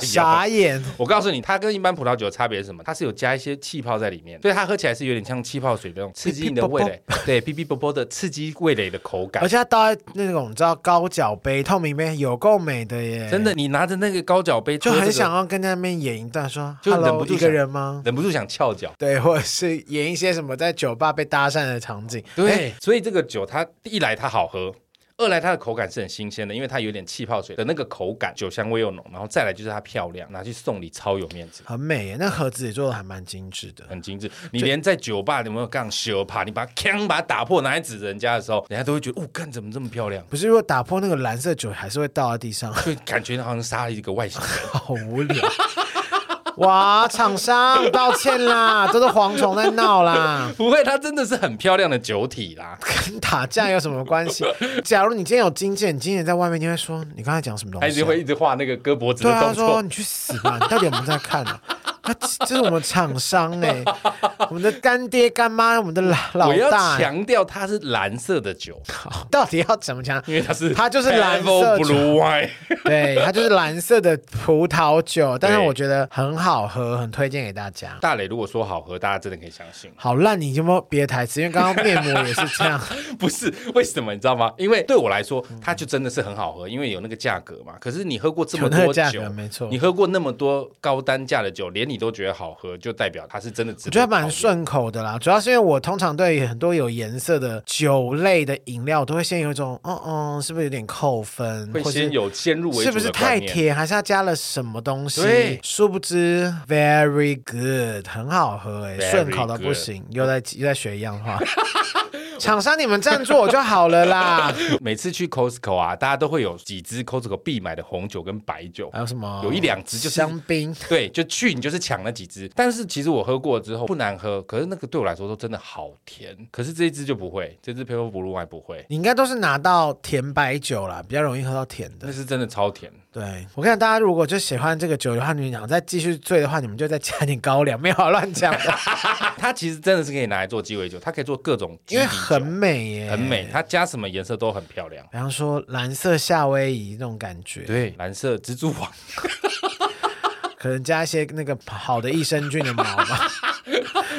S2: 傻眼。
S1: 我告诉你，它跟一般葡萄酒的差别是什么？它是有加一些气泡在里面，所以它喝起来是有点像气泡水那种刺激你的味蕾，对，哔哔啵啵的刺激味蕾的口
S2: 而
S1: 感。
S2: 且它倒在那种你知道高脚杯、透明杯，有够美的耶！
S1: 真的，你拿着那个高脚杯，
S2: 就
S1: 喝这
S2: 很
S1: 个
S2: 想，要跟在那边演一段说，
S1: 就忍
S2: “Hello，
S1: 不住
S2: 一个
S1: 想
S2: 人吗？
S1: 忍不住想翘脚。
S2: 对，或者是演一些什么在酒吧被搭讪的场景。哎，
S1: 对，所以这个酒它一来它好喝。二来它的口感是很新鲜的，因为它有点气泡水的那个口感，酒香味又浓，然后再来就是它漂亮，拿去送礼超有面子，
S2: 很美耶，那盒子也做的还蛮精致的。
S1: 很精致。你连在酒吧有没有杠修帕，你把它锵把它打破拿来指人家的时候，人家都会觉得，哦，干怎么这么漂亮？
S2: 不是，如果打破那个蓝色酒，还是会倒在地上，
S1: 就感觉好像杀了一个外星人。
S2: 好无聊。哇，厂商道歉啦，都是蝗虫在闹啦。
S1: 不会，它真的是很漂亮的酒体啦。
S2: 跟打架有什么关系？假如你今天有经纪人，你经纪人在外面就会说你刚才讲什么东西、
S1: 他
S2: 啊？
S1: 一直会一直画那个割脖子
S2: 对
S1: 的
S2: 啊，
S1: 动
S2: 说
S1: 作。
S2: 你去死吧！你到底有没有在看啊？ 那这这是我们厂商哎、我们的干爹干妈，我们的老
S1: 我
S2: 老
S1: 要
S2: 大欸、
S1: 强调，它是蓝色的酒，
S2: 到底要怎么讲？
S1: 因为它是
S2: 它就是蓝色
S1: Pebble
S2: 酒
S1: Blue Wine。
S2: 对，它就是蓝色的葡萄酒，但是
S1: 对
S2: 我觉得很好喝，很推荐给大家。
S1: 大磊如果说好喝，大家真的可以相信。
S2: 好烂，你有没有别的台词？因为刚刚面膜也是这样，
S1: 不是为什么你知道吗？因为对我来说，它就真的是很好喝，因为有那个价格嘛。可是你喝过这么
S2: 有那
S1: 多
S2: 个价
S1: 酒
S2: 格，没错
S1: 你喝过那么多高单价的酒，连你都觉得好喝，就代表它是真的值。
S2: 我觉得蛮。顺口的啦，主要是因为我通常对很多有颜色的酒类的饮料，我都会先有一种，嗯嗯，是不是有点扣分，
S1: 会
S2: 或
S1: 先
S2: 是
S1: 有先入为主
S2: 是不是
S1: 的
S2: 太
S1: 观念？
S2: 甜，还是它加了什么东西
S1: 对？
S2: 殊不知，very good，很好喝哎、
S1: Very
S2: 顺口到不
S1: good
S2: 行，又在又在学一样话。 厂商，你们赞助我就好了 啦。
S1: 每次去 Costco 啊，大家都会有几支 Costco 必买的红酒跟白酒
S2: 还，有什么？
S1: 有一两支就是
S2: 香槟，
S1: 对，就去你就是抢那几支。但是其实我喝过之后不难喝，可是那个对我来说都真的好甜。可是这一支就不会，这支 p a p e r Blue 还不会，
S2: 你应该都是拿到甜白酒啦，比较容易喝到甜的
S1: 那。是真的超甜。
S2: 对我看大家如果就喜欢这个酒的话，你们想再继续醉的话，你们就再加点高粱，没有啊乱讲 的，
S1: 它其实真的是可以拿来做鸡尾酒，它可以做各种基
S2: 因为
S1: 底酒，
S2: 很美耶，
S1: 很美，。它加什么颜色都很漂亮。
S2: 比方说蓝色夏威夷那种感觉，
S1: 对，蓝色蜘蛛网，
S2: 可能加一些那个好的益生菌的毛吧，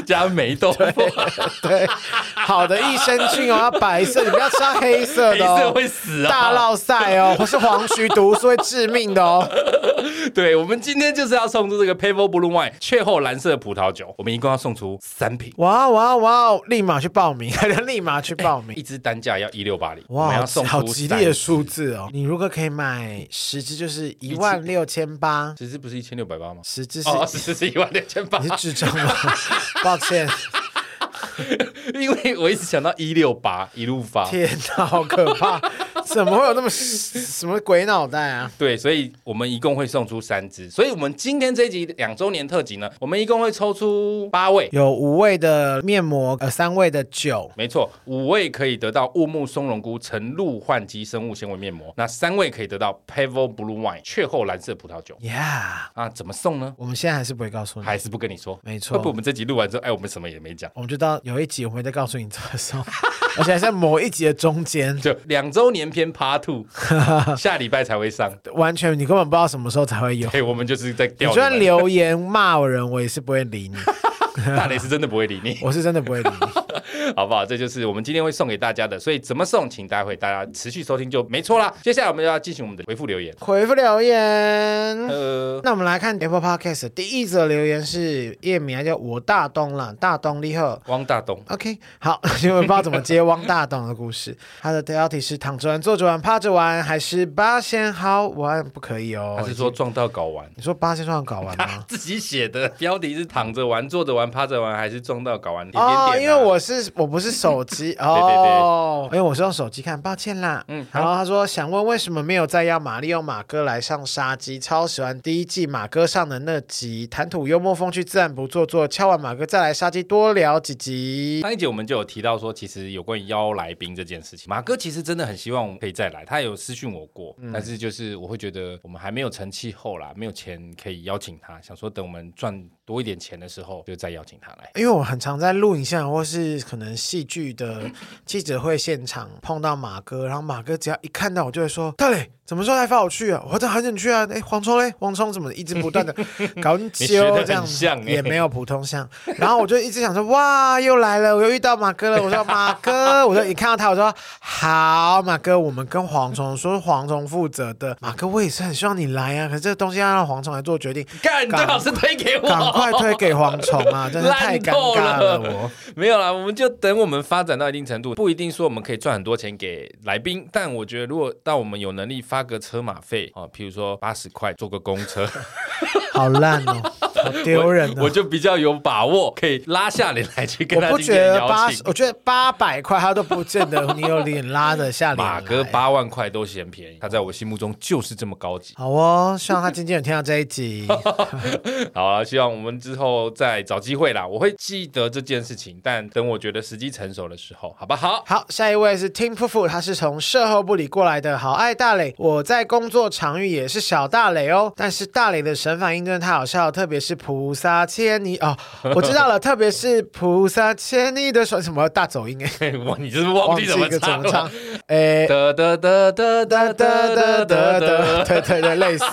S1: 加梅豆 腐，
S2: 对，好的益生菌哦，要白色，你不要吃到黑色
S1: 黑
S2: 的
S1: 色
S2: 哦，
S1: 会死
S2: 大
S1: 啊！
S2: 落塞哦，或是黄曲毒素会致命的哦。
S1: 对，我们今天就是要送出这个 p a p e r Blue Wine 雀后蓝色葡萄酒，我们一共要送出三瓶，
S2: 哇哇哇！立马去报名， 立马去报名
S1: 一。支单价要一六八零， 我们
S2: 哇，
S1: 要送
S2: 好
S1: 出
S2: 吉
S1: 三
S2: 利的数字哦！你如果可以买十支，就是一万六千八，
S1: 其实不是一千六百八吗？
S2: 十支是、
S1: 哦，是是一万六千八
S2: 你，是智障吗？ 抱歉，
S1: 因为我一直想到一六八一路发，
S2: 天哪，好可怕！怎么会有那么 什么鬼脑袋啊？
S1: 对，所以我们一共会送出三支，所以我们今天这一集两周年特辑呢，我们一共会抽出八位。
S2: 有五味的面膜，呃，三味的酒，
S1: 没错，五位可以得到雾木松茸菇晨露焕肌生物纤维面膜，那三位可以得到 Pebble Blue Wine 雀后蓝色葡萄酒。
S2: yeah！
S1: 啊，怎么送呢？
S2: 我们现在还是不会告诉你，
S1: 还是不跟你说？
S2: 没
S1: 会不会我
S2: 错。
S1: 们这集录完之后，哎，我们什么也没讲？
S2: 我们就到有一集我们会再告诉你怎么送，而且还在某一集的中间，
S1: 就两周年篇 Part Two，下礼拜才会上。哎
S2: 完全你根本不知道什么时候才会 有。
S1: 对，我们就是在
S2: 你
S1: 钓
S2: 就
S1: 们。
S2: 算留言骂我人，我也是不会理你，
S1: 大雷是真的不会理你。
S2: 我是真的不会理你。
S1: 好不好？这就是我们今天会送给大家的，所以怎么送，请待会大家持续收听就没错啦。接下来我们就要进行我们的回复留言。
S2: 回复留言。
S1: 呃，
S2: 那我们来看 Apple Podcast 的第一则留言是叶明，啊叫我大东啦，大东你好。
S1: 汪大东，
S2: OK，好， 因为我不知道怎么接汪大东的故事。他的标题是躺着玩、坐着玩、趴着玩，还是八仙好玩？不可以哦。啊
S1: 他是说撞到睾丸。？
S2: 你说八仙算搞完吗
S1: 自己写的标题是躺着玩、坐着玩、趴着玩，还是撞到睾丸？点点点啊
S2: 哦，因为我是我不是 手机哦，因为我是用手机看，抱歉啦。
S1: 嗯
S2: 然后他说想问为什么没有再邀马里奥马哥来上杀鸡，超喜欢第一季马哥上的那集，谈吐幽默风趣，自然不做作，敲完马哥再来杀鸡多聊几集。
S1: 上一集我们就有提到说，其实有关于邀来宾这件事情，马哥其实真的很希望我们可以再来，他有私讯我过，
S2: 嗯
S1: 但是就是我会觉得我们还没有成气候啦，没有钱可以邀请他，想说等我们赚多一点钱的时候，就再邀请他来。
S2: 因为我很常在录影现场或是可能戏剧的记者会现场碰到马哥，然后马哥只要一看到我就会说：“大磊，怎么时候才发我去啊？我真的很想去啊！哎，黄冲嘞，黄冲怎么一直不 断的搞你
S1: 你学得
S2: 揪
S1: 很
S2: 这样子
S1: 像，欸
S2: 也没有普通像。然后我就一直想说：哇，又来了，我又遇到马哥了。我说马哥，我就一看到他，我说好，马哥，我们跟蝗虫说蝗虫负责的，马哥我也是很希望你来啊，可是这个东西要让蝗虫来做决定，
S1: 干，你最好是推给我，
S2: 赶快推给蝗虫 啊！真是太尴尬了，
S1: 烂透
S2: 我。
S1: 没有啦，我们就等我们发展到一定程度，不一定说我们可以赚很多钱给来宾，但我觉得如果当我们有能力发个车马费啊，哦譬如说八十块坐个公车，
S2: 好烂哦，好 丢人
S1: 我
S2: 哦。
S1: 就比较有把握可以拉下你来去跟
S2: 我
S1: 他
S2: 不
S1: 今
S2: 觉
S1: 天
S2: 得
S1: 邀
S2: 八
S1: 请，。
S2: 我觉得八百块他都不见得你有脸拉得下脸来。啊
S1: 马哥八万块都嫌便宜，他在我心目中就是这么高级。
S2: 好哦，希望他今天有听到这 一集。
S1: 好了，希望我们之后再找机会啦，我会记得这件事情，但等我觉得时机成熟的时候，好不好？
S2: 好，下一位是 Tim 夫妇，他是从售后部里过来的，好爱大磊。我在工作场域也是小大磊哦，但是大磊的神反应真的太好笑了，特别是菩萨牵你 哦，我知道了，特别是菩萨牵你的手，什么大走音哎，
S1: 哇，你是不是 忘
S2: 忘
S1: 记
S2: 记
S1: 怎么
S2: 一个怎
S1: 唱
S2: 么
S1: 了
S2: 唱？，哎，
S1: 得得得得得
S2: 哒
S1: 得得得
S2: 哒 哒哒
S1: 得
S2: 哒，对对对，类似。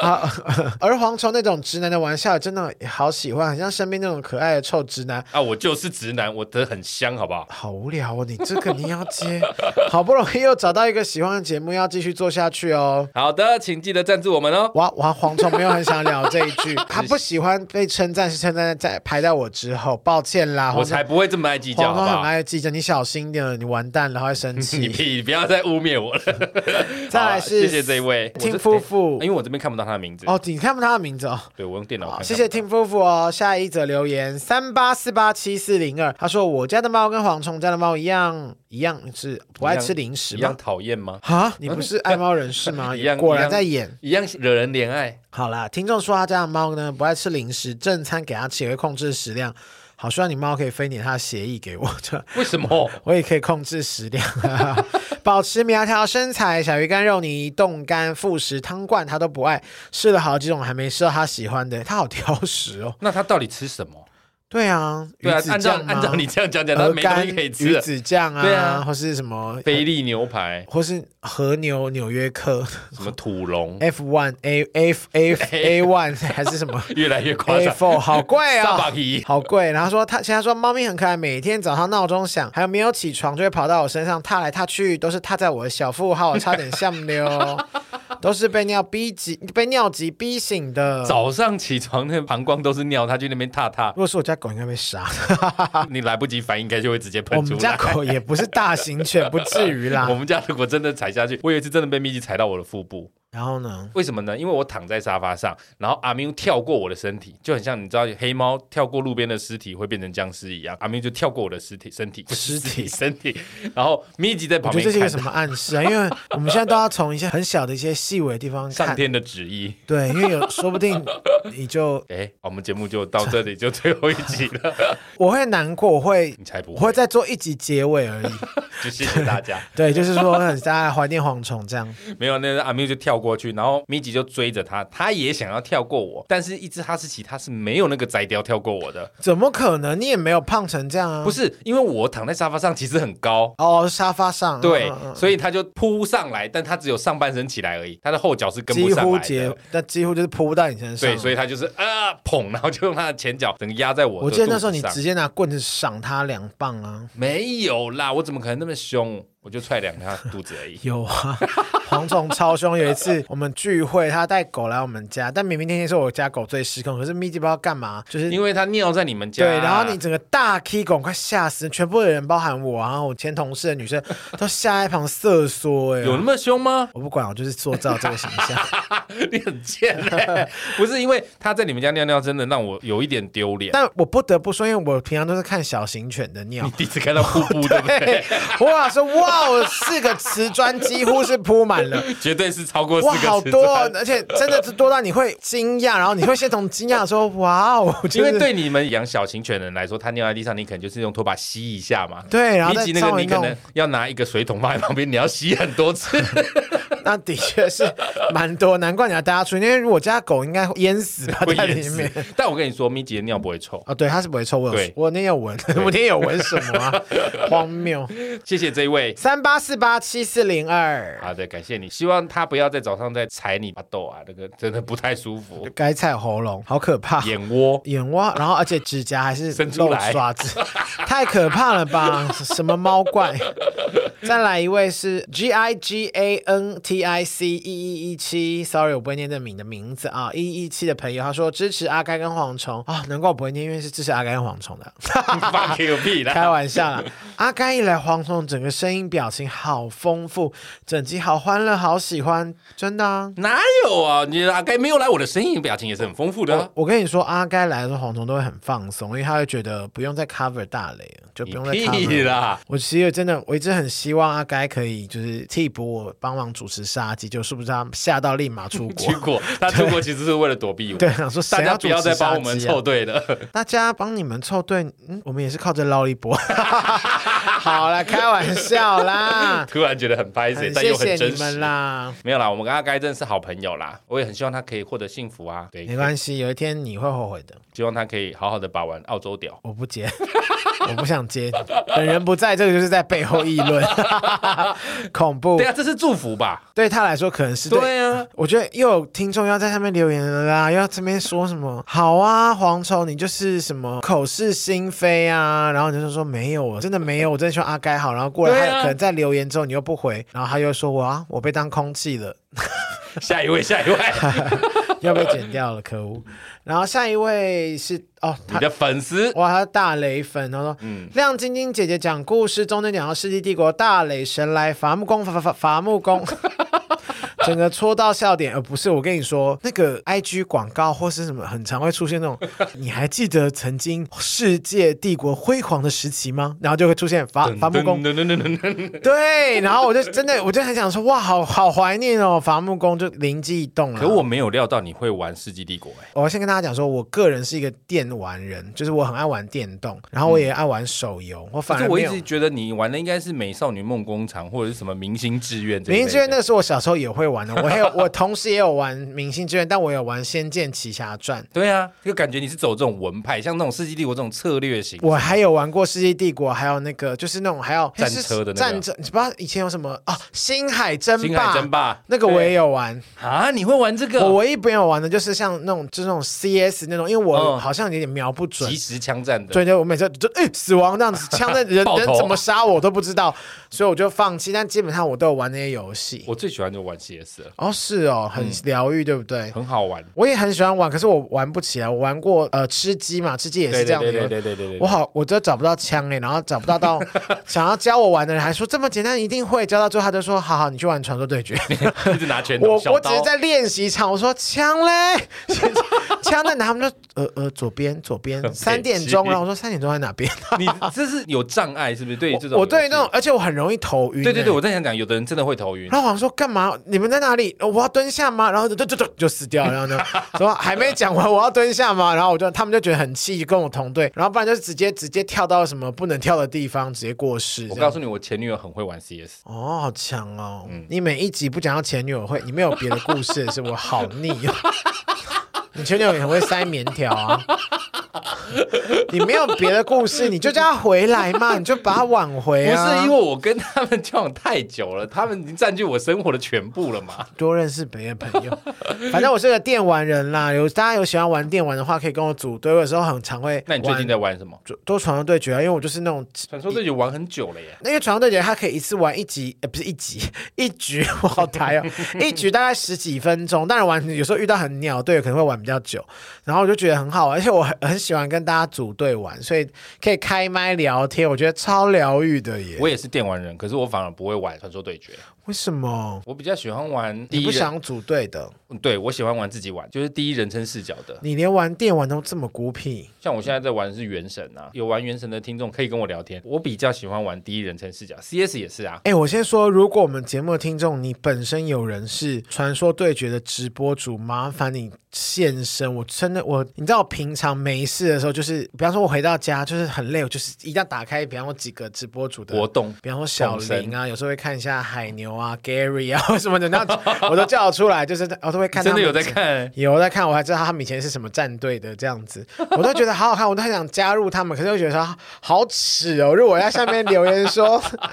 S2: 好， 而蝗虫那种直男的玩笑真的好喜欢，很像身边那种可爱的臭直男。
S1: 啊，我就是直男，我的很香，好不好？
S2: 好无聊哦，你这个你要 接，好不容易又找到一个喜欢的节目，要继续做下去哦。
S1: 好的，请记得赞助我们哦。
S2: 哇哇，蝗虫没有很想聊这一 句，他不喜欢被称赞，是称赞在排在我之后，抱歉啦，
S1: 我
S2: 蝗虫
S1: 才不会这么爱计较，
S2: 蝗
S1: 好
S2: 虫
S1: 不
S2: 很
S1: 好？
S2: 爱记着，你小心点，你完蛋了，他会 生
S1: 你
S2: 气。
S1: 屁，不要再污蔑我 了。
S2: 再来是
S1: 好谢谢这一哎位
S2: 听夫妇
S1: 因为我这边看不到他的名字。
S2: 哦，你看不到他的名字哦。
S1: 对我用电脑
S2: 好，
S1: 看。
S2: 谢谢
S1: 看
S2: 听夫妇哦。下一则留言三八四八七四零二，他说我家的猫跟蝗虫家的猫一样，一样是不爱吃零
S1: 不
S2: 食
S1: 到一样
S2: 吗？
S1: 讨厌吗？
S2: 哈，你不是爱猫人士 吗？
S1: 一样
S2: 果
S1: 一
S2: 然
S1: 样
S2: 在演。
S1: 一样惹人怜爱。
S2: 好啦，听众说他家的猫呢不爱吃零食，正餐给它吃也会控制食量。好，希望你猫可以分一点它的协议给我，这
S1: 为什 么？
S2: 我也可以控制食 量，保持苗条身材。小鱼干、肉泥、冻干、副食、汤罐它都不爱，试了好几种还没试到它喜欢的，它好挑食哦。
S1: 那他到底吃什么？
S2: 对啊，
S1: 对啊
S2: 鱼，子
S1: 按照
S2: 酱啊
S1: 按照你这样讲讲，他
S2: 鹅
S1: 没东
S2: 肝
S1: 西可以吃
S2: 鱼
S1: 了。
S2: 子酱啊，
S1: 对啊
S2: 或是什么，呃
S1: 菲力牛排，
S2: 或是和牛纽约客
S1: 什么土龙，
S2: F one A F F A one 还是什么
S1: 越来越 夸
S2: A
S1: 张。
S2: four，好贵
S1: 萨
S2: 啊、
S1: 巴皮，
S2: 好贵，然后说他，现在说猫咪很可爱，每天早上闹钟响，还有没有起床就会跑到我身上踏来踏去，都是踏在我的小腹号，我差点 吓溜，都是被尿逼急，被尿急逼醒的。
S1: 早上起床那膀胱都是尿，他去那边踏踏
S2: 如，果是我家狗，应该被 杀。
S1: 你来不及反应，应该就会直接
S2: 我
S1: 喷出
S2: 们家
S1: 来。
S2: 狗也不是大型犬，不至于 啦
S1: 我。们家如果真的踩下去，我有一次真的被咪咪踩到我的腹部，
S2: 然后呢？
S1: 为什么呢？因为我躺在沙发上，然后阿喵跳过我的身体，就很像你知道黑猫跳过路边的尸体会变成僵尸一样，阿喵就跳过我的尸体身体不是
S2: 尸体
S1: 身体，然后咪吉在
S2: 我
S1: 旁
S2: 觉得
S1: 边
S2: 这是一个
S1: 看
S2: 什么暗示啊？因为我们现在都要从一些很小的一些细微的地方
S1: 上
S2: 看，
S1: 天的旨意。
S2: 对，因为有说不定你就
S1: 哎，我们节目就到这里，就最后一集 了。
S2: 我会难过，我会
S1: 你才不
S2: 我
S1: 会
S2: 会，再做一集结尾而已。
S1: 就谢谢大家。
S2: 对，就是说很大家怀念蝗虫这样。
S1: 没有，那个阿缪就跳过去，然后咪吉就追着他，他也想要跳过我，但是一只哈士奇它是没有那个摘雕跳过我的，
S2: 怎么可能？你也没有胖成这样啊！
S1: 不是因为我躺在沙发上其实很高。
S2: 哦，沙发上
S1: 对
S2: 嗯，嗯
S1: 所以他就扑上来，但他只有上半身起来而已，他的后脚是跟不
S2: 几
S1: 上
S2: 乎
S1: 来
S2: 结
S1: 的。，
S2: 那几乎就是扑到你身上。
S1: 对，所以他就是啊捧，然后就用他的前脚整个压在我的
S2: 我记得那时候
S1: 肚
S2: 你
S1: 子上
S2: 直接拿棍子赏他两棒啊！。
S1: 没有啦，我怎么可能那么凶？我就踹两下肚子而已
S2: 有 啊，蝗虫超凶。有一次我们聚会，他带狗来我们家，但明明那天是我家狗最失控，可是咪吉不知道干嘛，就是
S1: 因为他尿在你们家，
S2: 对，然后你整个大 K 拱快吓死，全部的人包含我，然后我前同事的女生都吓在一旁瑟缩、哎，
S1: 有那么凶吗？
S2: 我不管，我就是塑造这个形象。
S1: 你很贱欸嘞、 不是因为他在你们家尿尿，真的让我有一点丢脸。
S2: 但我不得不说，因为我平常都是看小型犬的尿
S1: 你，第一次看到瀑布，对不对？
S2: 我想说，哇，我四个瓷砖几乎是铺 满了。
S1: 绝对是超过四
S2: 哇，
S1: 个
S2: 好
S1: 瓷
S2: 多
S1: 砖
S2: 哦，而且真的是多到你会惊讶，然后你会先从惊讶说“哇 哦”，就
S1: 因
S2: 是
S1: 为对你们养小型犬的人来说，它尿在地上，你可能就是用拖把吸一下嘛。
S2: 对，啊然后再
S1: 比起那
S2: 稍
S1: 个，
S2: 微
S1: 你可
S2: 弄
S1: 能，要拿一个水桶放在旁边，你要吸很多次。
S2: 那的确是蛮多，难怪你要带它出去，因为我家狗应该淹死吧
S1: 会
S2: 在
S1: 淹
S2: 里
S1: 死
S2: 面。
S1: 但我跟你说，咪吉的尿不会臭。
S2: 哦，对，它是不会臭，我有
S1: 对
S2: 我那天有闻， 我那天有闻什 么啊？荒谬！
S1: 谢谢这一位，啊
S2: 三八四八七四零二，
S1: 好的，感谢你。希望他不要在早上再踩你巴豆啊，那个真的不太舒 服，
S2: 该踩喉咙，好可怕！
S1: 眼窝。
S2: 眼窝，然后而且指甲还是
S1: 伸出
S2: 露
S1: 来
S2: 刷子， 太可怕了吧？什么猫怪？ 再来一位是 G I G A N T I C 一一一七，sorry 我不会念这名的名字啊，一一七的朋友他说支持阿该跟蝗虫啊，难怪我不会念，因为是支持阿该跟蝗虫 的，
S1: 放 Q 屁啦！
S2: 开玩笑啦。阿该一来蝗虫，整个声音表情好丰富，整集好欢乐，好喜欢，真的啊。
S1: 哪有啊？你阿该没有来，我的声音表情也是很丰富的、啊。
S2: 我跟你说，阿该来的时候，蝗虫都会很放松，因为他会觉得不用再 cover 大雷了，就不
S1: 你
S2: 用再 cover
S1: 屁
S2: 了。
S1: 啦！
S2: 我其实真的，我一直很希望阿该可以就是替补我帮忙主持杀鸡，就是不是他吓到立 马出国
S1: 去？过，他出国其实是为了躲避我。
S2: 对，想说
S1: 大
S2: 谁
S1: 家
S2: 主
S1: 不
S2: 持
S1: 要再帮
S2: 杀
S1: 我们
S2: 鸡
S1: 凑
S2: 啊？
S1: 对了。
S2: 大家帮你们凑对，嗯，我们也是靠着捞一波。好啦，开玩笑
S1: ，
S2: 啦
S1: 突然觉得很拍摄
S2: 很，
S1: 但又
S2: 谢
S1: 很
S2: 谢
S1: 真
S2: 你们
S1: 实。
S2: 啦。
S1: 没有啦，我们跟阿该真的是好朋友啦，我也很希望他可以获得幸福啊。对
S2: 没，关系，有一天你会后悔的，
S1: 希望他可以好好的把玩澳洲屌。
S2: 我不接。 我不想接，本人不在，这个就是在背后议论， 恐怖
S1: 对。啊，这是祝福吧？
S2: 对他来说可能是对。
S1: 对 啊，
S2: 我觉得又有听众要在下面留言了啦，又要这边说什么好啊，蝗虫你就是什么口是心非啊，然后你就说没有，我真的没有，我真的希望阿该好，然后过了
S1: 对
S2: 他
S1: 啊
S2: 可能在留言之后你又不回，然后他又说我啊，我被当空气了，
S1: 下一位，下一位，
S2: 又被剪掉了，可恶。然后下一位是哦，
S1: 你
S2: 他
S1: 的粉 丝
S2: 哇，他是大雷粉，他说，
S1: 嗯
S2: 亮晶晶姐姐讲故事，中间讲到世纪帝国大雷神来伐木工，伐伐伐伐木工。 整个戳到笑点，呃，不是，我跟你说，那个 I G 广告或是什么，很常会出现那种， 你还记得曾经世界帝国辉煌的时期吗？然后就会出现伐伐木工，
S1: 噔噔噔噔噔噔
S2: 对，然后我就真的，我就很想说，哇，好好怀念哦，伐木工就灵机一动啊了。
S1: 可我没有料到你会玩《世纪帝国》哎，
S2: 我先跟大家讲说，我个人是一个电玩人，就是我很爱玩电动，然后我也爱玩手游，我
S1: 可
S2: 反
S1: 是
S2: 而
S1: 我
S2: 没
S1: 一
S2: 有。
S1: 直觉得你玩的应该是《美少女梦工厂》或者是什么《明星志愿》这一类的。
S2: 明星志啊愿那是我小时候也会玩的， 我还有我同时也有玩明星志愿，但我有玩《仙剑奇侠传》，
S1: 对啊，就感觉你是走这种文派，像那种《世纪帝国》这种策略型。
S2: 我还有玩过《世纪帝国》，还有那个就是那种还有
S1: 战车的那个
S2: 战车，你不知道以前有什么啊？星海争
S1: 星
S2: 霸，
S1: 海争霸
S2: 那个我也有玩。
S1: 啊，你会玩这
S2: 我
S1: 个
S2: 唯一没有玩的就是像那种就是那种 CS 那种，因为我
S1: 嗯
S2: 好像有点瞄不准
S1: 即，时枪战的？
S2: 所以就我每次就哎、死亡这样子，枪的人
S1: 爆头
S2: 人怎么杀我都不知道，所以我就放弃。但基本上我都有玩那些游戏。
S1: 我最喜欢就玩 CS 了，
S2: 哦，是
S1: 嗯
S2: 哦，很疗愈，对不对？
S1: 很好玩。
S2: 我也很喜欢玩，可是我玩不起来。我玩过呃吃鸡嘛，吃鸡也是
S1: 对
S2: 这
S1: 对
S2: 样
S1: 对
S2: 的。
S1: 对对对对
S2: 我
S1: 对。
S2: 好，我都找不到枪哎、然后找不到到 想要教我玩的人，还说这么简单一定会。教到最后他就说，好好，你去玩传说 对决。
S1: 一直拿拳
S2: 我
S1: 头，
S2: 我
S1: 小
S2: 只
S1: 刀
S2: 是。在练习场，我说枪嘞， 枪在哪？他们就呃呃左边 左边
S1: 很
S2: 三点
S1: 北
S2: 钟，
S1: 极
S2: 然后我说三点钟在哪边？
S1: 你这是有障碍是不是？对于这种
S2: 我对于
S1: 游戏
S2: 那种，而且我很容易头晕、
S1: 对对对，
S2: 欸
S1: 我在想讲，有的人真的会头晕。
S2: 然后我想说干嘛？你们在哪里？呃我要蹲下吗？然后就就就就就死掉了。然后 呢，说还没讲完，我要蹲下吗？然后我就他们就觉得很气，就跟我同队。然后不然就是直接直接跳到什么不能跳的地方，直接过世。
S1: 我
S2: 这
S1: 告
S2: 样
S1: 诉你，嗯我前女友很会玩 CS。
S2: 哦，好强哦！你每一集不讲到前女友会，你没有别的故事，是我好腻 哦。你前女友也很会塞棉条啊，你没有别的故事，你就叫她回来嘛，你就把她挽
S1: 不
S2: 回啊。
S1: 是因为我跟他们交往太久了，他们已经占据我生活的全部了嘛？
S2: 多认识别的朋友。 反正我是个电玩人啦，有大家有喜欢玩电玩的话，可以跟我组队。我有时候很常会玩，
S1: 那你最近在玩什么？
S2: 就都传说对决啊？因为我就是那种。
S1: 传说对决玩很久了耶，
S2: 因为传说对决，它可以一次玩一集，呃，不是一集， 一局，我好台哦， 一局大概十几分钟。当然玩有时候遇到很鸟队，可能会玩比较久。然后我就觉得很好玩，而且我很很喜欢跟大家组队玩，所以可以开麦聊天，我觉得超疗愈的耶。
S1: 我也是电玩人，可是我反而不会玩传说对决，
S2: 为什么
S1: 我比较喜欢玩第
S2: 你
S1: 一
S2: 不
S1: 人，嗯
S2: 想组队的？
S1: 对我喜欢玩自己玩，就是第一人称视角的。
S2: 你连玩电玩都这么孤僻？
S1: 像我现在在玩的是原神啊，有玩原神的听众可以跟我聊天。我比较喜欢玩第一人称视角，CS 也是啊。
S2: 哎、我先说，如果我们节目的听众你本身有人是传说对决的直播主，麻烦你现身。我真的我，你知道我平常没事的时候，就是比方说我回到家就是很累，我就是一定要打开，比方说几个直播主的
S1: 活动
S2: 比方说小林啊，有时候会看一下海牛啊、Gary 啊什么的，那 我都叫出来，就是我都会看他
S1: 真
S2: 们。
S1: 的有在看，
S2: 有我在看，我还知道他们以前是什么战队的这样子， 我都觉得好好看，我都很想加入他们，可是又觉得说好耻哦。如果我在下面留言 说
S1: 被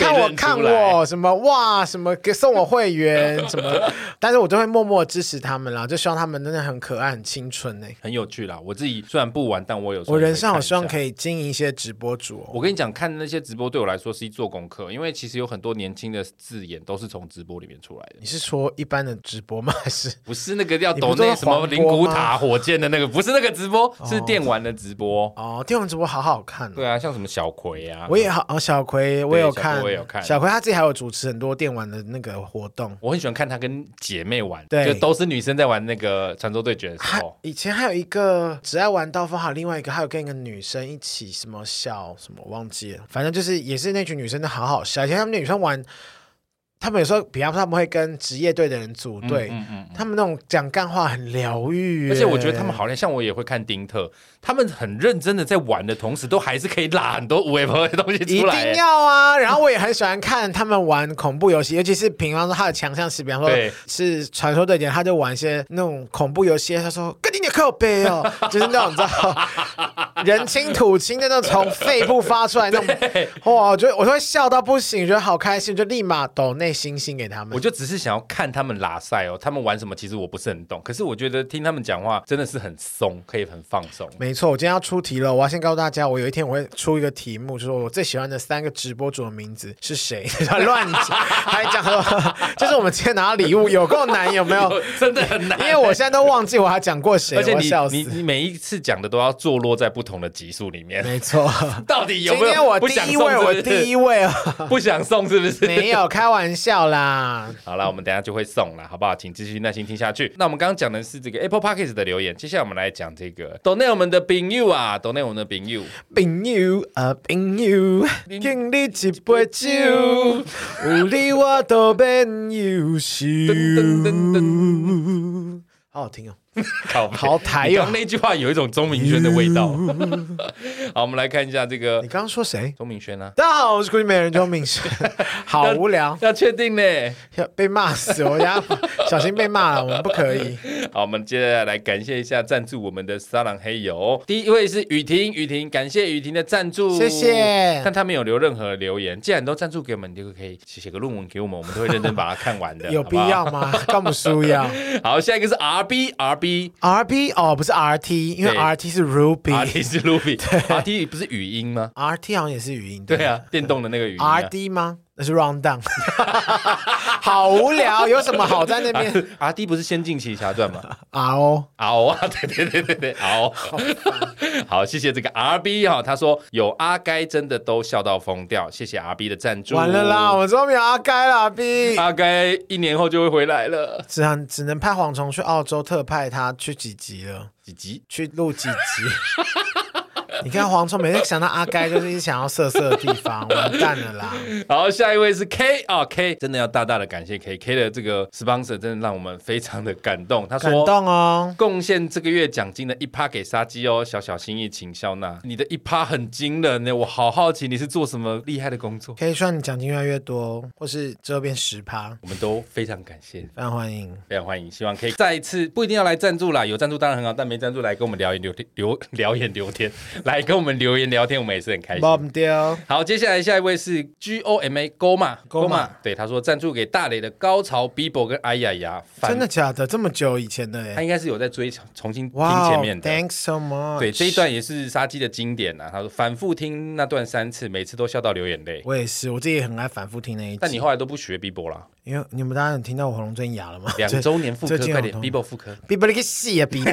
S2: 看我
S1: 认出
S2: 看我
S1: 来
S2: 什么哇什么给送我会员什么， 但是我都会默默支持他们啦，就希望他们真的很可爱、很清纯呢、
S1: 很有趣啦。我自己虽然不玩，但我有时候
S2: 我人
S1: 也会
S2: 生好
S1: 看一
S2: 希望
S1: 下
S2: 可以经营一些直播主、哦，
S1: 我跟你讲，看那些直播对我来说是一做功课，因为其实有很多年轻的字眼都是从直播里面出来的，
S2: 你是说一般的直播吗？还 是
S1: 不是那个要
S2: 你不
S1: 抖
S2: 是
S1: 那
S2: 说
S1: 什么
S2: 黄
S1: 灵
S2: 波
S1: 骨
S2: 吗
S1: 塔、火箭的那个，不是那个直播，是电玩的直播。
S2: 哦，电玩直播好好看、哦。
S1: 对啊，像什么小葵啊，
S2: 我也好，哦、小葵我
S1: 对
S2: 有
S1: 小葵
S2: 看，
S1: 我也有看
S2: 小葵他自己还有主持很多电玩的那个活动。
S1: 我很喜欢看她跟姐妹玩，
S2: 对
S1: 就都是女生在玩那个传说对决的时
S2: 还
S1: 候，
S2: 以前还有一个只爱玩刀锋，还有另外一个还有跟一个女生一起什么笑什么我忘记了，反正就是也是那群女生都好好笑。以前他们那女生玩，他们有时候比方说他们会跟职业队的人组队，
S1: 嗯嗯。
S2: 他们那种讲干话很疗愈耶，
S1: 而且我觉得他们好像像我也会看丁特，他们很认真的在玩的同时，都还是可以拉很多五 F 的东西
S2: 一
S1: 出来。
S2: 定要啊！然后我也很喜欢看他们玩恐怖游戏，尤其是比方说他的强项是，比方说
S1: 对
S2: 是传说对决，他就玩一些那种恐怖游戏。他说：“跟你的靠背哦，就是那种你知道，人亲土亲的那种从肺部发出来那 种，哇！我觉得我就会笑到不行，觉得好开心，就立马抖内星星给他们
S1: 我。就只是想要看他们拉赛哦，他们玩什么其实我不是很懂，可是我觉得听他们讲话真的是很松，可以很放松。
S2: 没错，我今天要出题了，我要先告诉大家，我有一天我会出一个题目，就是我最喜欢的三个直播主的名字 是谁，乱讲，还讲说， 就是我们今天拿到礼物有够难，有没有？
S1: 真的很难
S2: 哦因，为我现在都忘记我还讲过谁，
S1: 而且
S2: 我要
S1: 你
S2: 笑
S1: 你
S2: 死。
S1: 你每一次讲的都要坐落在不同的集数里面，
S2: 没错，
S1: 到底有
S2: 今
S1: 没有？
S2: 天我
S1: 不
S2: 第
S1: 想
S2: 一
S1: 送
S2: 位，
S1: 是不
S2: 我
S1: 是
S2: 第一位哦，
S1: 不想送是不是？
S2: 没有开玩笑啦。
S1: 好了，我们等一下就会送了，好不好？请继续耐心听下去。那我们刚刚讲的是这个 Apple Podcast 的留言，接下来我们来讲这个 Donate 我们的 Bing You 啊，Donate 我们的 Bing 呃 You，
S2: 朋友啊，朋友，敬你一杯酒，有你我都变优秀。
S1: 噔噔
S2: 好好听哦，
S1: 靠北，
S2: 好台
S1: 你
S2: 哟
S1: 刚！那句话有一种钟明轩的味 道。好，我们来看一下这个
S2: 你刚刚说谁？
S1: 钟明轩啊，
S2: 大家好，我是估计美人周 敏生，好无聊，
S1: 要确定呢。
S2: 要被骂死我呀！小心被骂了，我们不 可以。
S1: 好，我们接下来感谢一下赞助我们的沙朗黑油。第一位是雨婷，雨婷，感谢雨婷的赞助，
S2: 谢谢
S1: 但她没有留任何留言，既然你都赞助给我们，你就可以写个论文给我们，我们都会认真把它看完的，
S2: 有
S1: 好
S2: 必
S1: 不好
S2: 要吗？干不 输要。
S1: 好，下一个是 R B R B。
S2: R B 哦，不是 R T，因为
S1: 对
S2: R T 是
S1: R
S2: Ruby，R
S1: T 是 Ruby，R T 不是语音吗？
S2: T 好像也是语音。
S1: 对啊，电动的那个语音、啊。
S2: R D 吗？那是 round down，好无聊，有什么好在那 边
S1: R D 不是《仙境奇侠传》 吗？
S2: 啊哦？
S1: 嗷啊， 对对对对对，嗷。好，谢谢这个 R B 哈、他说有阿该真的都笑到疯掉，谢谢 R B 的赞助。
S2: 完了啦，我，们终于有阿该了 ，B。
S1: 阿该一年后就会回来了，
S2: 只能只能派蝗虫去澳洲特派他去几集了，
S1: 几集？
S2: 去录几集。 你看蝗虫每次想到阿该，就是一直想要色色的地方，完蛋了啦！
S1: 好，下一位是 K 啊、k 真的要大大的感谢 K K 的这个 sponsor，真的让我们非常的感动。他
S2: 感
S1: 说
S2: 动哦，
S1: 贡献这个月奖金的一趴给杀鸡哦，小小心意，请笑纳。你的一趴很惊人呢，我好好奇你是做什么厉害的工作。
S2: 可以算你奖金越来越多，或是之后变十趴，
S1: 我们都非常感谢，
S2: 非常欢迎。
S1: 非常欢迎，希望可以再一次，不一定要来赞助啦，有赞助当然很好，但没赞助来跟我们聊言聊 天，留聊言聊天，来跟我们留言聊天，我们也是很开心。
S2: Bob 丢，
S1: 好，接下来下一位是 G O M A Goma
S2: Goma
S1: 对他说赞助给大磊的高潮 Bibo 跟哎呀呀，反
S2: 真的假的？这么久以前的耶
S1: 他？应该是有在追重新听
S2: 哇、
S1: 前面的。
S2: Thanks so much。
S1: 对，这一段也是杀鸡的经典啊。他说反复听那段三次，每次都笑到流眼泪。
S2: 我也是，我自己也很爱反复听那一集。
S1: 但你后来都不学 Bibo 啦，
S2: 因为你们大家有听到我喉咙最近哑了吗？
S1: 两周年复刻，
S2: 最近
S1: 快点
S2: 有痛
S1: Bibo 复刻。
S2: 比伯那个戏啊，比伯，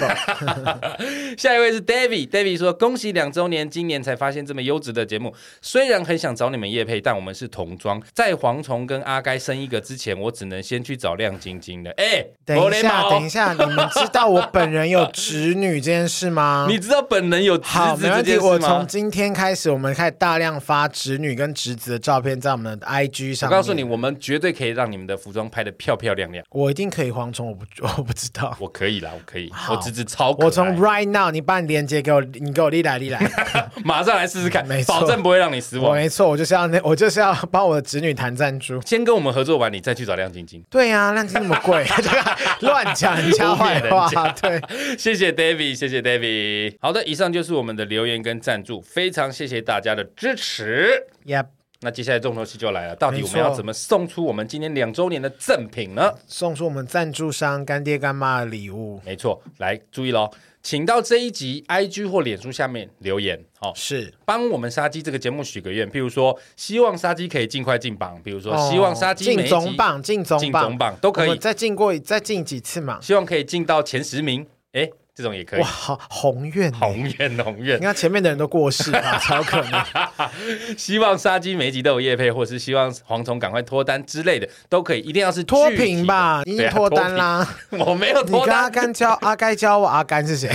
S1: 下一位是 David，David 说恭喜两周年，今年才发现这么优质的节目。虽然很想找你们叶配，但我们是童装，在蝗虫跟阿该生一个之前，我只能先去找亮晶晶了。哎、
S2: 等
S1: 没
S2: 一
S1: 礼
S2: 下，
S1: 貌
S2: 等一下，你们知道我本人有侄女这件事吗？
S1: 你知道本人有侄
S2: 好，
S1: 子
S2: 没
S1: 这
S2: 问题。
S1: 件
S2: 我
S1: 事
S2: 从
S1: 吗？
S2: 今天开始，我们开始大量发侄女跟侄子的照片在我们的 IG
S1: 我
S2: 上面。
S1: 告诉你，，我们绝对可以让你们的服装拍的漂漂亮亮。
S2: 我一定可以蝗虫，我不， 我不知道。
S1: 我可以啦，我可以，
S2: 好
S1: 我侄子超可爱。
S2: 我从 right now，你把你链接给我，你给我立来 立来。
S1: 马上来试试看，
S2: 没错
S1: 保证不会让你失
S2: 我
S1: 望。
S2: 没错，我就是要那，我就是要帮我的侄女谈赞助。
S1: 先跟我们合作完，你再去找亮晶晶。
S2: 对呀、啊，那这么贵， 乱讲人家坏 话
S1: 污蔑人家，
S2: 对。
S1: 谢谢 David，谢谢 David。好的，以上就是我们的留言跟赞助，非常谢谢大家的支持。
S2: Yep，
S1: 那接下来重头戏就来了，到底
S2: 没
S1: 我
S2: 错
S1: 们要怎么送出我们今天两周年的赠品呢？
S2: 送出我们赞助商干爹干妈的礼物
S1: 没错，来注意喽，请到这一集 IG 或脸书下面留言，好、
S2: 是
S1: 帮我们杀鸡这个节目许个愿，譬如说希望杀鸡可以尽快进榜，比如说希望杀鸡
S2: 进
S1: 每一
S2: 哦总
S1: 集
S2: 榜、进总
S1: 进总
S2: 榜
S1: 榜都可
S2: 我
S1: 以
S2: 们，再进过再进几次嘛？
S1: 希望可以进到前十名，哎，这种也可以
S2: 哇，。好宏愿，哦
S1: 宏愿宏 愿
S2: 你，看前面的人都过 世了，超可能。
S1: 希望杀鸡每一集都有叶配，或是希望蝗虫赶快脱单之类的，都可以，一定要是
S2: 脱
S1: 具体
S2: 贫
S1: 的
S2: 吧，已
S1: 对
S2: 经
S1: 啊
S2: 脱单啦。
S1: 脱贫 我没有
S2: 你
S1: 脱
S2: 跟阿
S1: 单。
S2: 甘交阿该交往，阿甘是谁？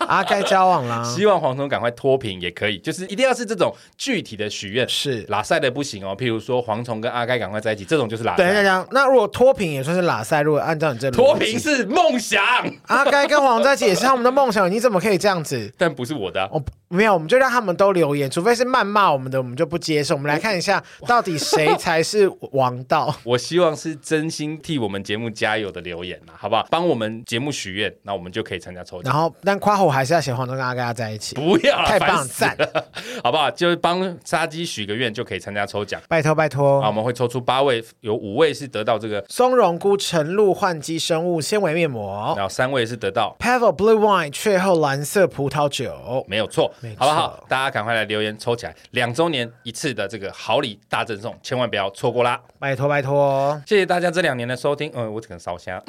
S2: 阿该交 往 啦，
S1: 希望蝗虫赶快脱贫也可以，就是一定要是这种具体的许愿。
S2: 是。
S1: 拉塞的不行哦，譬如说蝗虫跟阿该赶快在一起，这种就是拉
S2: 等一下，
S1: 塞。
S2: 讲那如果脱贫也算是拉塞，如果按照你这逻辑
S1: 脱 贫，是梦想，
S2: 阿该跟黄在一起也是他们的梦想，你怎么可以这样子？
S1: 但不是我的啊、？
S2: 哦没有，我们就让他们都留言，除非是谩骂我们的，我们就不接受。我们来看一下，到底谁才是王道
S1: 我希望是真心替我们节目加油的留言啦，好不好？帮我们节目许愿，那我们就可以参加抽奖
S2: 然。后，但夸虎还是要写黄忠跟阿嘎在一起，
S1: 不要啦
S2: 太
S1: 烦
S2: 棒
S1: 死
S2: 赞
S1: 了，好不好？就是帮杀鸡许个愿就可以参加抽奖。
S2: 拜托拜
S1: 啊，我
S2: 托。
S1: 们会抽出八位，有五位是得到这个，
S2: 松茸菇、晨露、换基生物纤维面膜
S1: 然后三位是得到，
S2: ，Pavel Blue Wine 雀后蓝色葡萄酒。
S1: 没有错
S2: 没，错
S1: 好不好？大家赶快来留言抽起来，两周年一次的这个好礼大赠送，千万不要错过啦！
S2: 拜托拜托，
S1: 谢谢大家这两年的收听，嗯，我只能烧 香，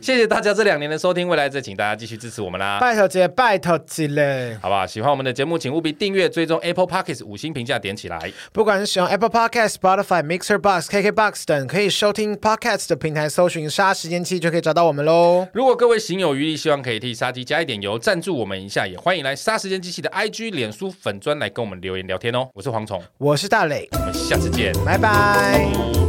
S1: 谢谢大家这两年的收听，未来再请大家继续支持我们啦。
S2: 拜托姐，拜托姐嘞。
S1: 好不好？喜欢我们的节目，请务必订阅、追踪 Apple Podcast 五星评价点起来。
S2: 不管是使用 Apple Podcast、Spotify、Mixer Box、KKBox 等可以收听 Podcast 的平台，搜寻“杀时间器”就可以找到我们喽。
S1: 如果各位行有余力，希望可以替杀鸡加一点油，赞助我们一下，也欢迎来杀时间机器的 IG、脸书粉砖来跟我们留言聊天哦。我是蝗虫，
S2: 我是大磊，
S1: 我们下次见。
S2: 拜拜。
S1: 拜